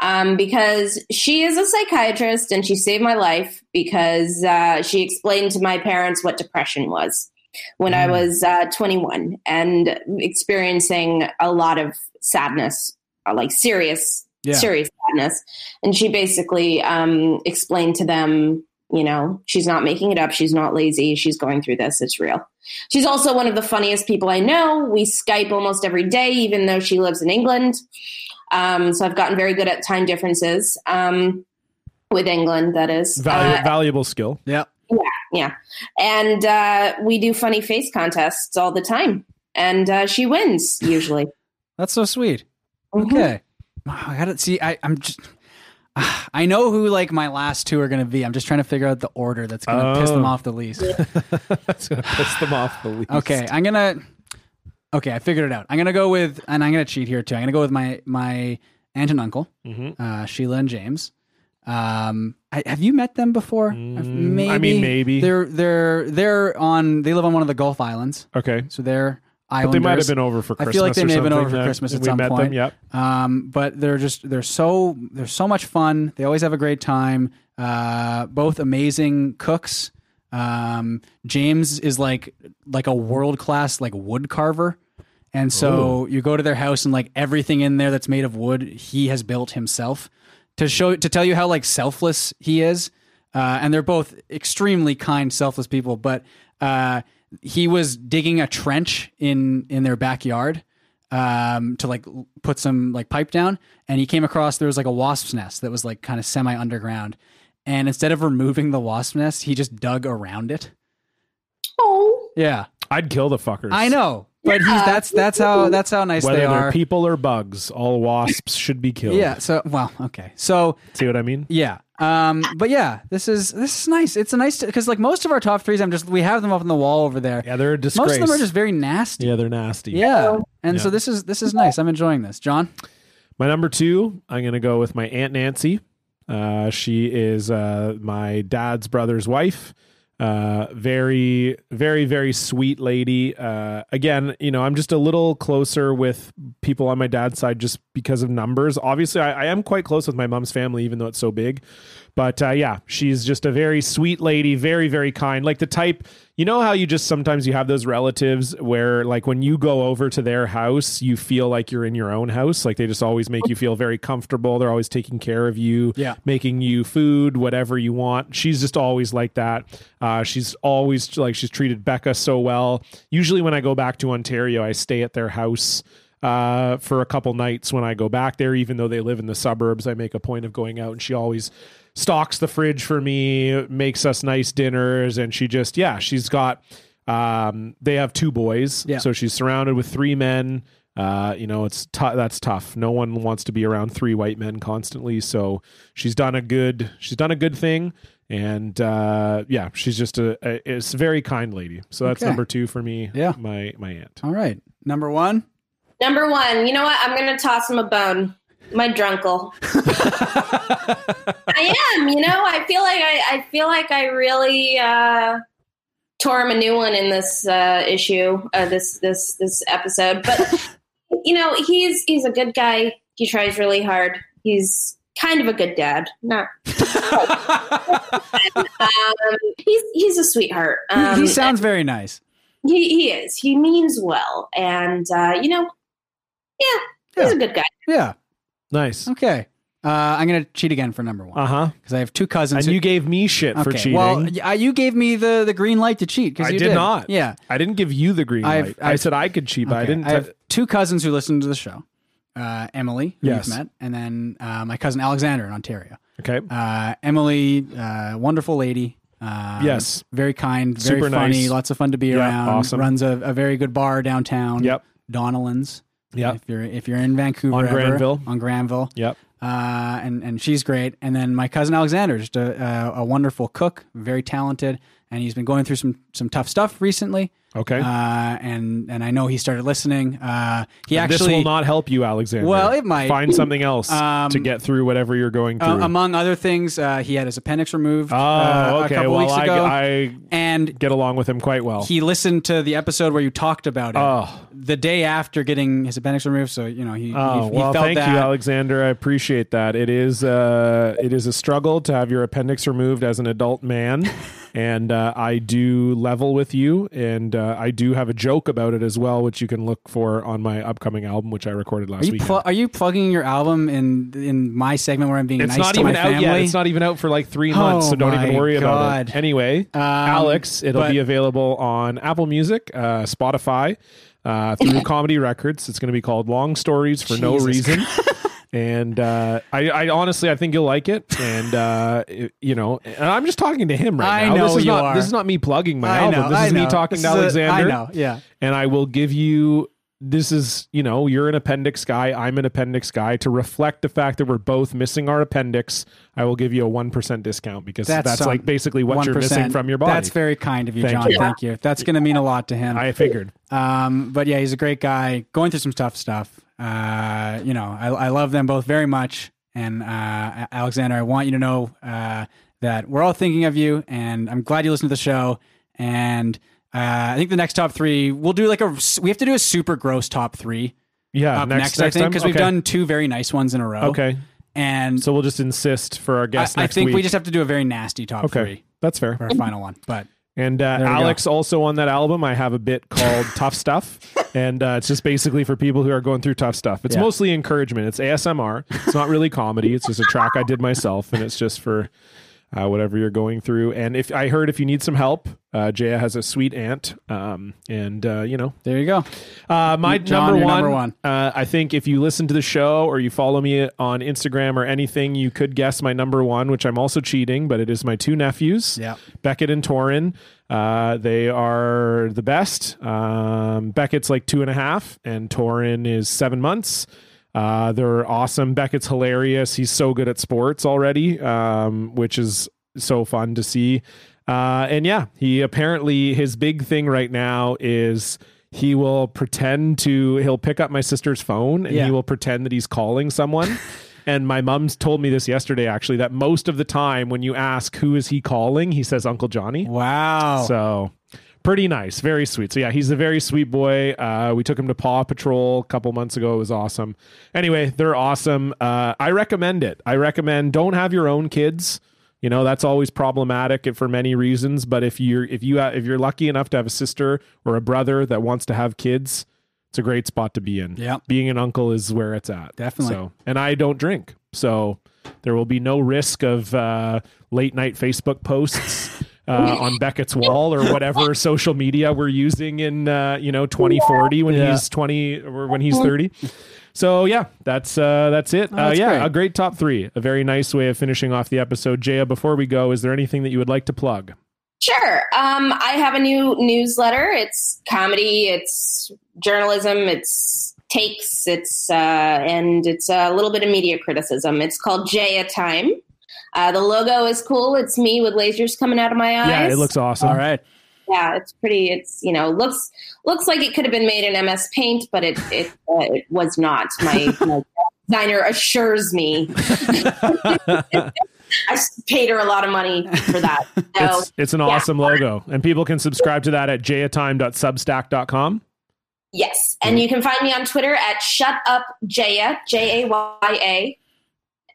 um, because she is a psychiatrist and she saved my life because uh, she explained to my parents what depression was when I was uh, 21 and experiencing a lot of sadness, uh, like serious, Yeah. serious sadness and she basically um, explained to them you know she's not making it up she's not lazy she's going through this it's real she's also one of the funniest people i know we skype almost every day even though she lives in england um, so i've gotten very good at time differences um, with england that is Valu- Uh, valuable skill. Yeah. and uh, we do funny face contests all the time and uh, she wins usually That's so sweet. Mm-hmm. Mhm. Okay. Wow, I gotta see. I, I'm just. Ah, I know who like my last two are gonna be. I'm just trying to figure out the order that's gonna piss Oh. them off the least. That's gonna piss them off the least. Okay, I'm gonna. Okay, I figured it out. I'm gonna go with, and I'm gonna cheat here too. I'm gonna go with my my aunt and uncle, Mhm. uh, Sheila and James. Um, I, have you met them before? I've- Mm, I mean, maybe. they're they're they're on. They live on one of the Gulf Islands, Okay. so they're But islanders. they might have been over for I Christmas. feel like they or may have been something. over for Yeah, Christmas at we some met point. Them. Yep. Um, but they're just they're so they're so much fun. They always have a great time. Uh, both amazing cooks. Um, James is like like a world class like wood carver, and so you go to their house and like everything in there that's made of wood he has built himself to show to tell you how like selfless he is. uh, and they're both extremely kind, selfless people. But uh, he was digging a trench in in their backyard um, to like l- put some like pipe down, and he came across there was like a wasp's nest that was like kind of semi underground, and instead of removing the wasp's nest, he just dug around it. Oh, Yeah, I'd kill the fuckers. I know, but he's, Yeah. that's that's how that's how nice Whether they they are. are people or bugs, all wasps should be killed. yeah. So well, okay. So See what I mean? Yeah. Um, but yeah, this is this is nice. It's a nice because like most of our top threes, I'm just we have them up on the wall over there. Yeah, they're a disgrace. most of them are just very nasty. yeah, they're nasty. Yeah, and Yeah. so this is this is nice. I'm enjoying this, John. My number two, I'm going to go with my Aunt Nancy. Uh, she is uh, my dad's brother's wife. Uh, very, very, very sweet lady. Uh, again, you know, I'm just a little closer with people on my dad's side just because of numbers. Obviously, I, I am quite close with my mom's family, even though it's so big. But uh, yeah, she's just a very sweet lady, very, very kind. Like the type, you know how you just sometimes you have those relatives where like when you go over to their house, you feel like you're in your own house. Like they just always make you feel very comfortable. They're always taking care of you, Yeah. making you food, whatever you want. She's just always like that. Uh, she's always like she's treated Becca so well. Usually when I go back to Ontario, I stay at their house uh, for a couple nights when I go back there, even though they live in the suburbs. I make a point of going out, and she always stocks the fridge for me, makes us nice dinners, and she just yeah, she's got. Um, they have two boys, Yeah. so she's surrounded with three men. Uh, you know, it's tou- that's tough. No one wants to be around three white men constantly. So she's done a good she's done a good thing, and uh, yeah, she's just a, a it's a very kind lady. So that's Okay. number two for me. Yeah. my my aunt. All right, number one. number one. You know what? I'm gonna toss him a bone. My drunkle. I am. You know, I feel like I, I feel like I really uh, tore him a new one in this uh, issue, uh, this this this episode. But you know, he's he's a good guy. He tries really hard. He's kind of a good dad. Not. um, he's he's a sweetheart. Um, he sounds very nice. he, he is. He means well, and uh, you know, yeah, he's Yeah. a good guy. Yeah. Nice. Okay. Uh, I'm gonna cheat again for number one Uh huh. because I have two cousins. And who- you gave me shit for Okay, cheating. Well, y- I- you gave me the the green light to cheat because I you did not. Yeah. I didn't give you the green I've- light. i I've- said I could cheat, but I Okay, didn't. I have t- two cousins who listen to the show. Uh, Emily, who Yes. you've met, and then uh, my cousin Alexander in Ontario. okay. uh, Emily, uh, wonderful lady. Um, Yes. Very kind, very Super funny, nice. lots of fun to be Yeah, around. awesome. Runs a, a very good bar downtown. Yep. Donnellan's. Yep. If you're if you're in Vancouver On ever, Granville. On Granville. Yep. Uh, and and she's great. And then my cousin Alexander, just a, a, a wonderful cook, very talented, and he's been going through some some tough stuff recently. Okay. Uh, and and I know he started listening. Uh, he this actually will not help you, Alexander. Well, it might. Find something else Um, to get through whatever you're going through. Uh, among other things, uh, he had his appendix removed oh, uh, a okay. couple well, weeks I, ago, I and get along with him quite well. he listened to the episode where you talked about it Oh. the day after getting his appendix removed. So you know he, Oh he, he well, felt thank that. you, Alexander. I appreciate that. It is uh, it is a struggle to have your appendix removed as an adult man, and uh, I do level with you, and uh, I do have a joke about it as well, which you can look for on my upcoming album, which I recorded Are last you week. pl- are you plugging your album in in my segment where I'm being it's nice not to even my out family? yet. It's not even out for like three months, Oh so don't my even worry about God. Um, it. Anyway, Alex, it'll but- be available on Apple Music, uh, Spotify, uh, through Comedy Records. It's going to be called Long Stories for No Jesus Reason. And uh, I, I honestly, I think you'll like it. And uh, it- you know, and I'm just talking to him right I now. know this is you not are. this is not me plugging my I album. know. this I is know. me talking This to is a- Alexander I know. Yeah. and I will give you this is you know you're an appendix guy i'm an appendix guy to reflect the fact that we're both missing our appendix i will give you a 1% discount because that's, some- like basically what you are 1%. missing from your body That's very kind of you, Thank John. you. Thank you. That's going to mean a lot to him. i figured Um, but yeah, he's a great guy going through some tough stuff. Uh, you know, I, I love them both very much. And uh, A- Alexander, I want you to know uh, that we're all thinking of you, and I'm glad you listened to the show. And uh, I think the next top three, we'll do like a we have to do a super gross top three yeah up next, I think, Uh, time? because we've Okay. done two very nice ones in a row. okay and so we'll just insist for our I, guest I next think week we just have to do a very nasty top okay three that's fair for our final one. But And uh, we go. Alex also on that album. I have a bit called Tough Stuff, and uh, it's just basically for people who are going through tough stuff. It's Yeah. mostly encouragement. It's ASMR. It's not really comedy. It's just a track I did myself, and it's just for uh, whatever you're going through. And if I heard if you need some help, uh, Jaya has a sweet aunt. Um, and, uh, you know, There you go. uh, my John, number you're one, number one. Uh, I think if you listen to the show or you follow me on Instagram or anything, you could guess my number one, which I'm also cheating, but it is my two nephews, Yeah. Beckett and Torin. Uh, they are the best. Um, Beckett's like two and a half, and Torin is seven months. Uh, they're awesome. Beckett's hilarious. He's so good at sports already, um, which is so fun to see. Uh, and yeah, he apparently his big thing right now is he will pretend to he'll pick up my sister's phone and Yeah. he will pretend that he's calling someone. and my mom's told me this yesterday actually that most of the time when you ask who is he calling, he says Uncle Johnny. Wow. So pretty nice, very sweet. So yeah, he's a very sweet boy. Uh, we took him to Paw Patrol a couple months ago. It was awesome. Anyway, they're awesome. Uh, I recommend it. I recommend don't have your own kids. You know that's always problematic and for many reasons. But if you're if you if you're lucky enough to have a sister or a brother that wants to have kids, it's a great spot to be in. Yeah. being an uncle is where it's at. Definitely. So, and I don't drink, so there will be no risk of uh, late night Facebook posts uh, on Beckett's wall or whatever social media we're using in uh, you know 2040 when Yeah. he's 20 or when he's 30. So yeah, that's uh, that's it. uh, that's yeah, great. a great top three. A very nice way of finishing off the episode. Jaya, before we go, is there anything that you would like to plug? Sure. Um, I have a new newsletter. It's comedy, it's journalism, it's takes, it's uh, and it's a little bit of media criticism. It's called Jaya Time. Uh, the logo is cool. It's me with lasers coming out of my eyes. Yeah, it looks awesome. All right. Yeah, it's pretty. It's you know looks looks like it could have been made in MS Paint, but it it, uh, it was not. My, my designer assures me. I s- paid her a lot of money for that. So It's, it's an awesome logo, and people can subscribe to that at jayatime.substack.com. Yes. And you can find me on Twitter at Shut Up Jaya, J A Y A.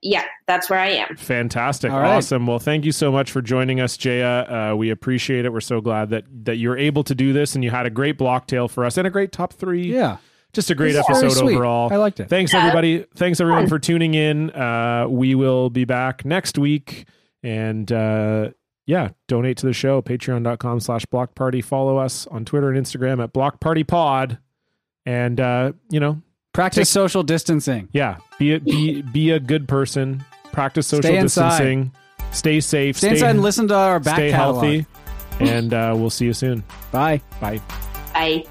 Yeah, that's where I am. Fantastic. All right. Awesome. Well, thank you so much for joining us, Jaya. Uh, we appreciate it. We're so glad that that you're able to do this and you had a great block tale for us and a great top three. Yeah. Just a great It's very episode sweet. overall. I liked it. Thanks everybody. Thanks everyone for tuning in. Uh, we will be back next week and uh yeah, donate to the show, patreon.com slash block party. Follow us on Twitter and Instagram at block party pod. And uh, you know, Practice social distancing. yeah, be a, be be a good person. Practice social Stay inside. distancing. Stay safe. Stay inside and listen to our back Stay catalog. healthy, and uh, we'll see you soon. Bye. Bye. Bye.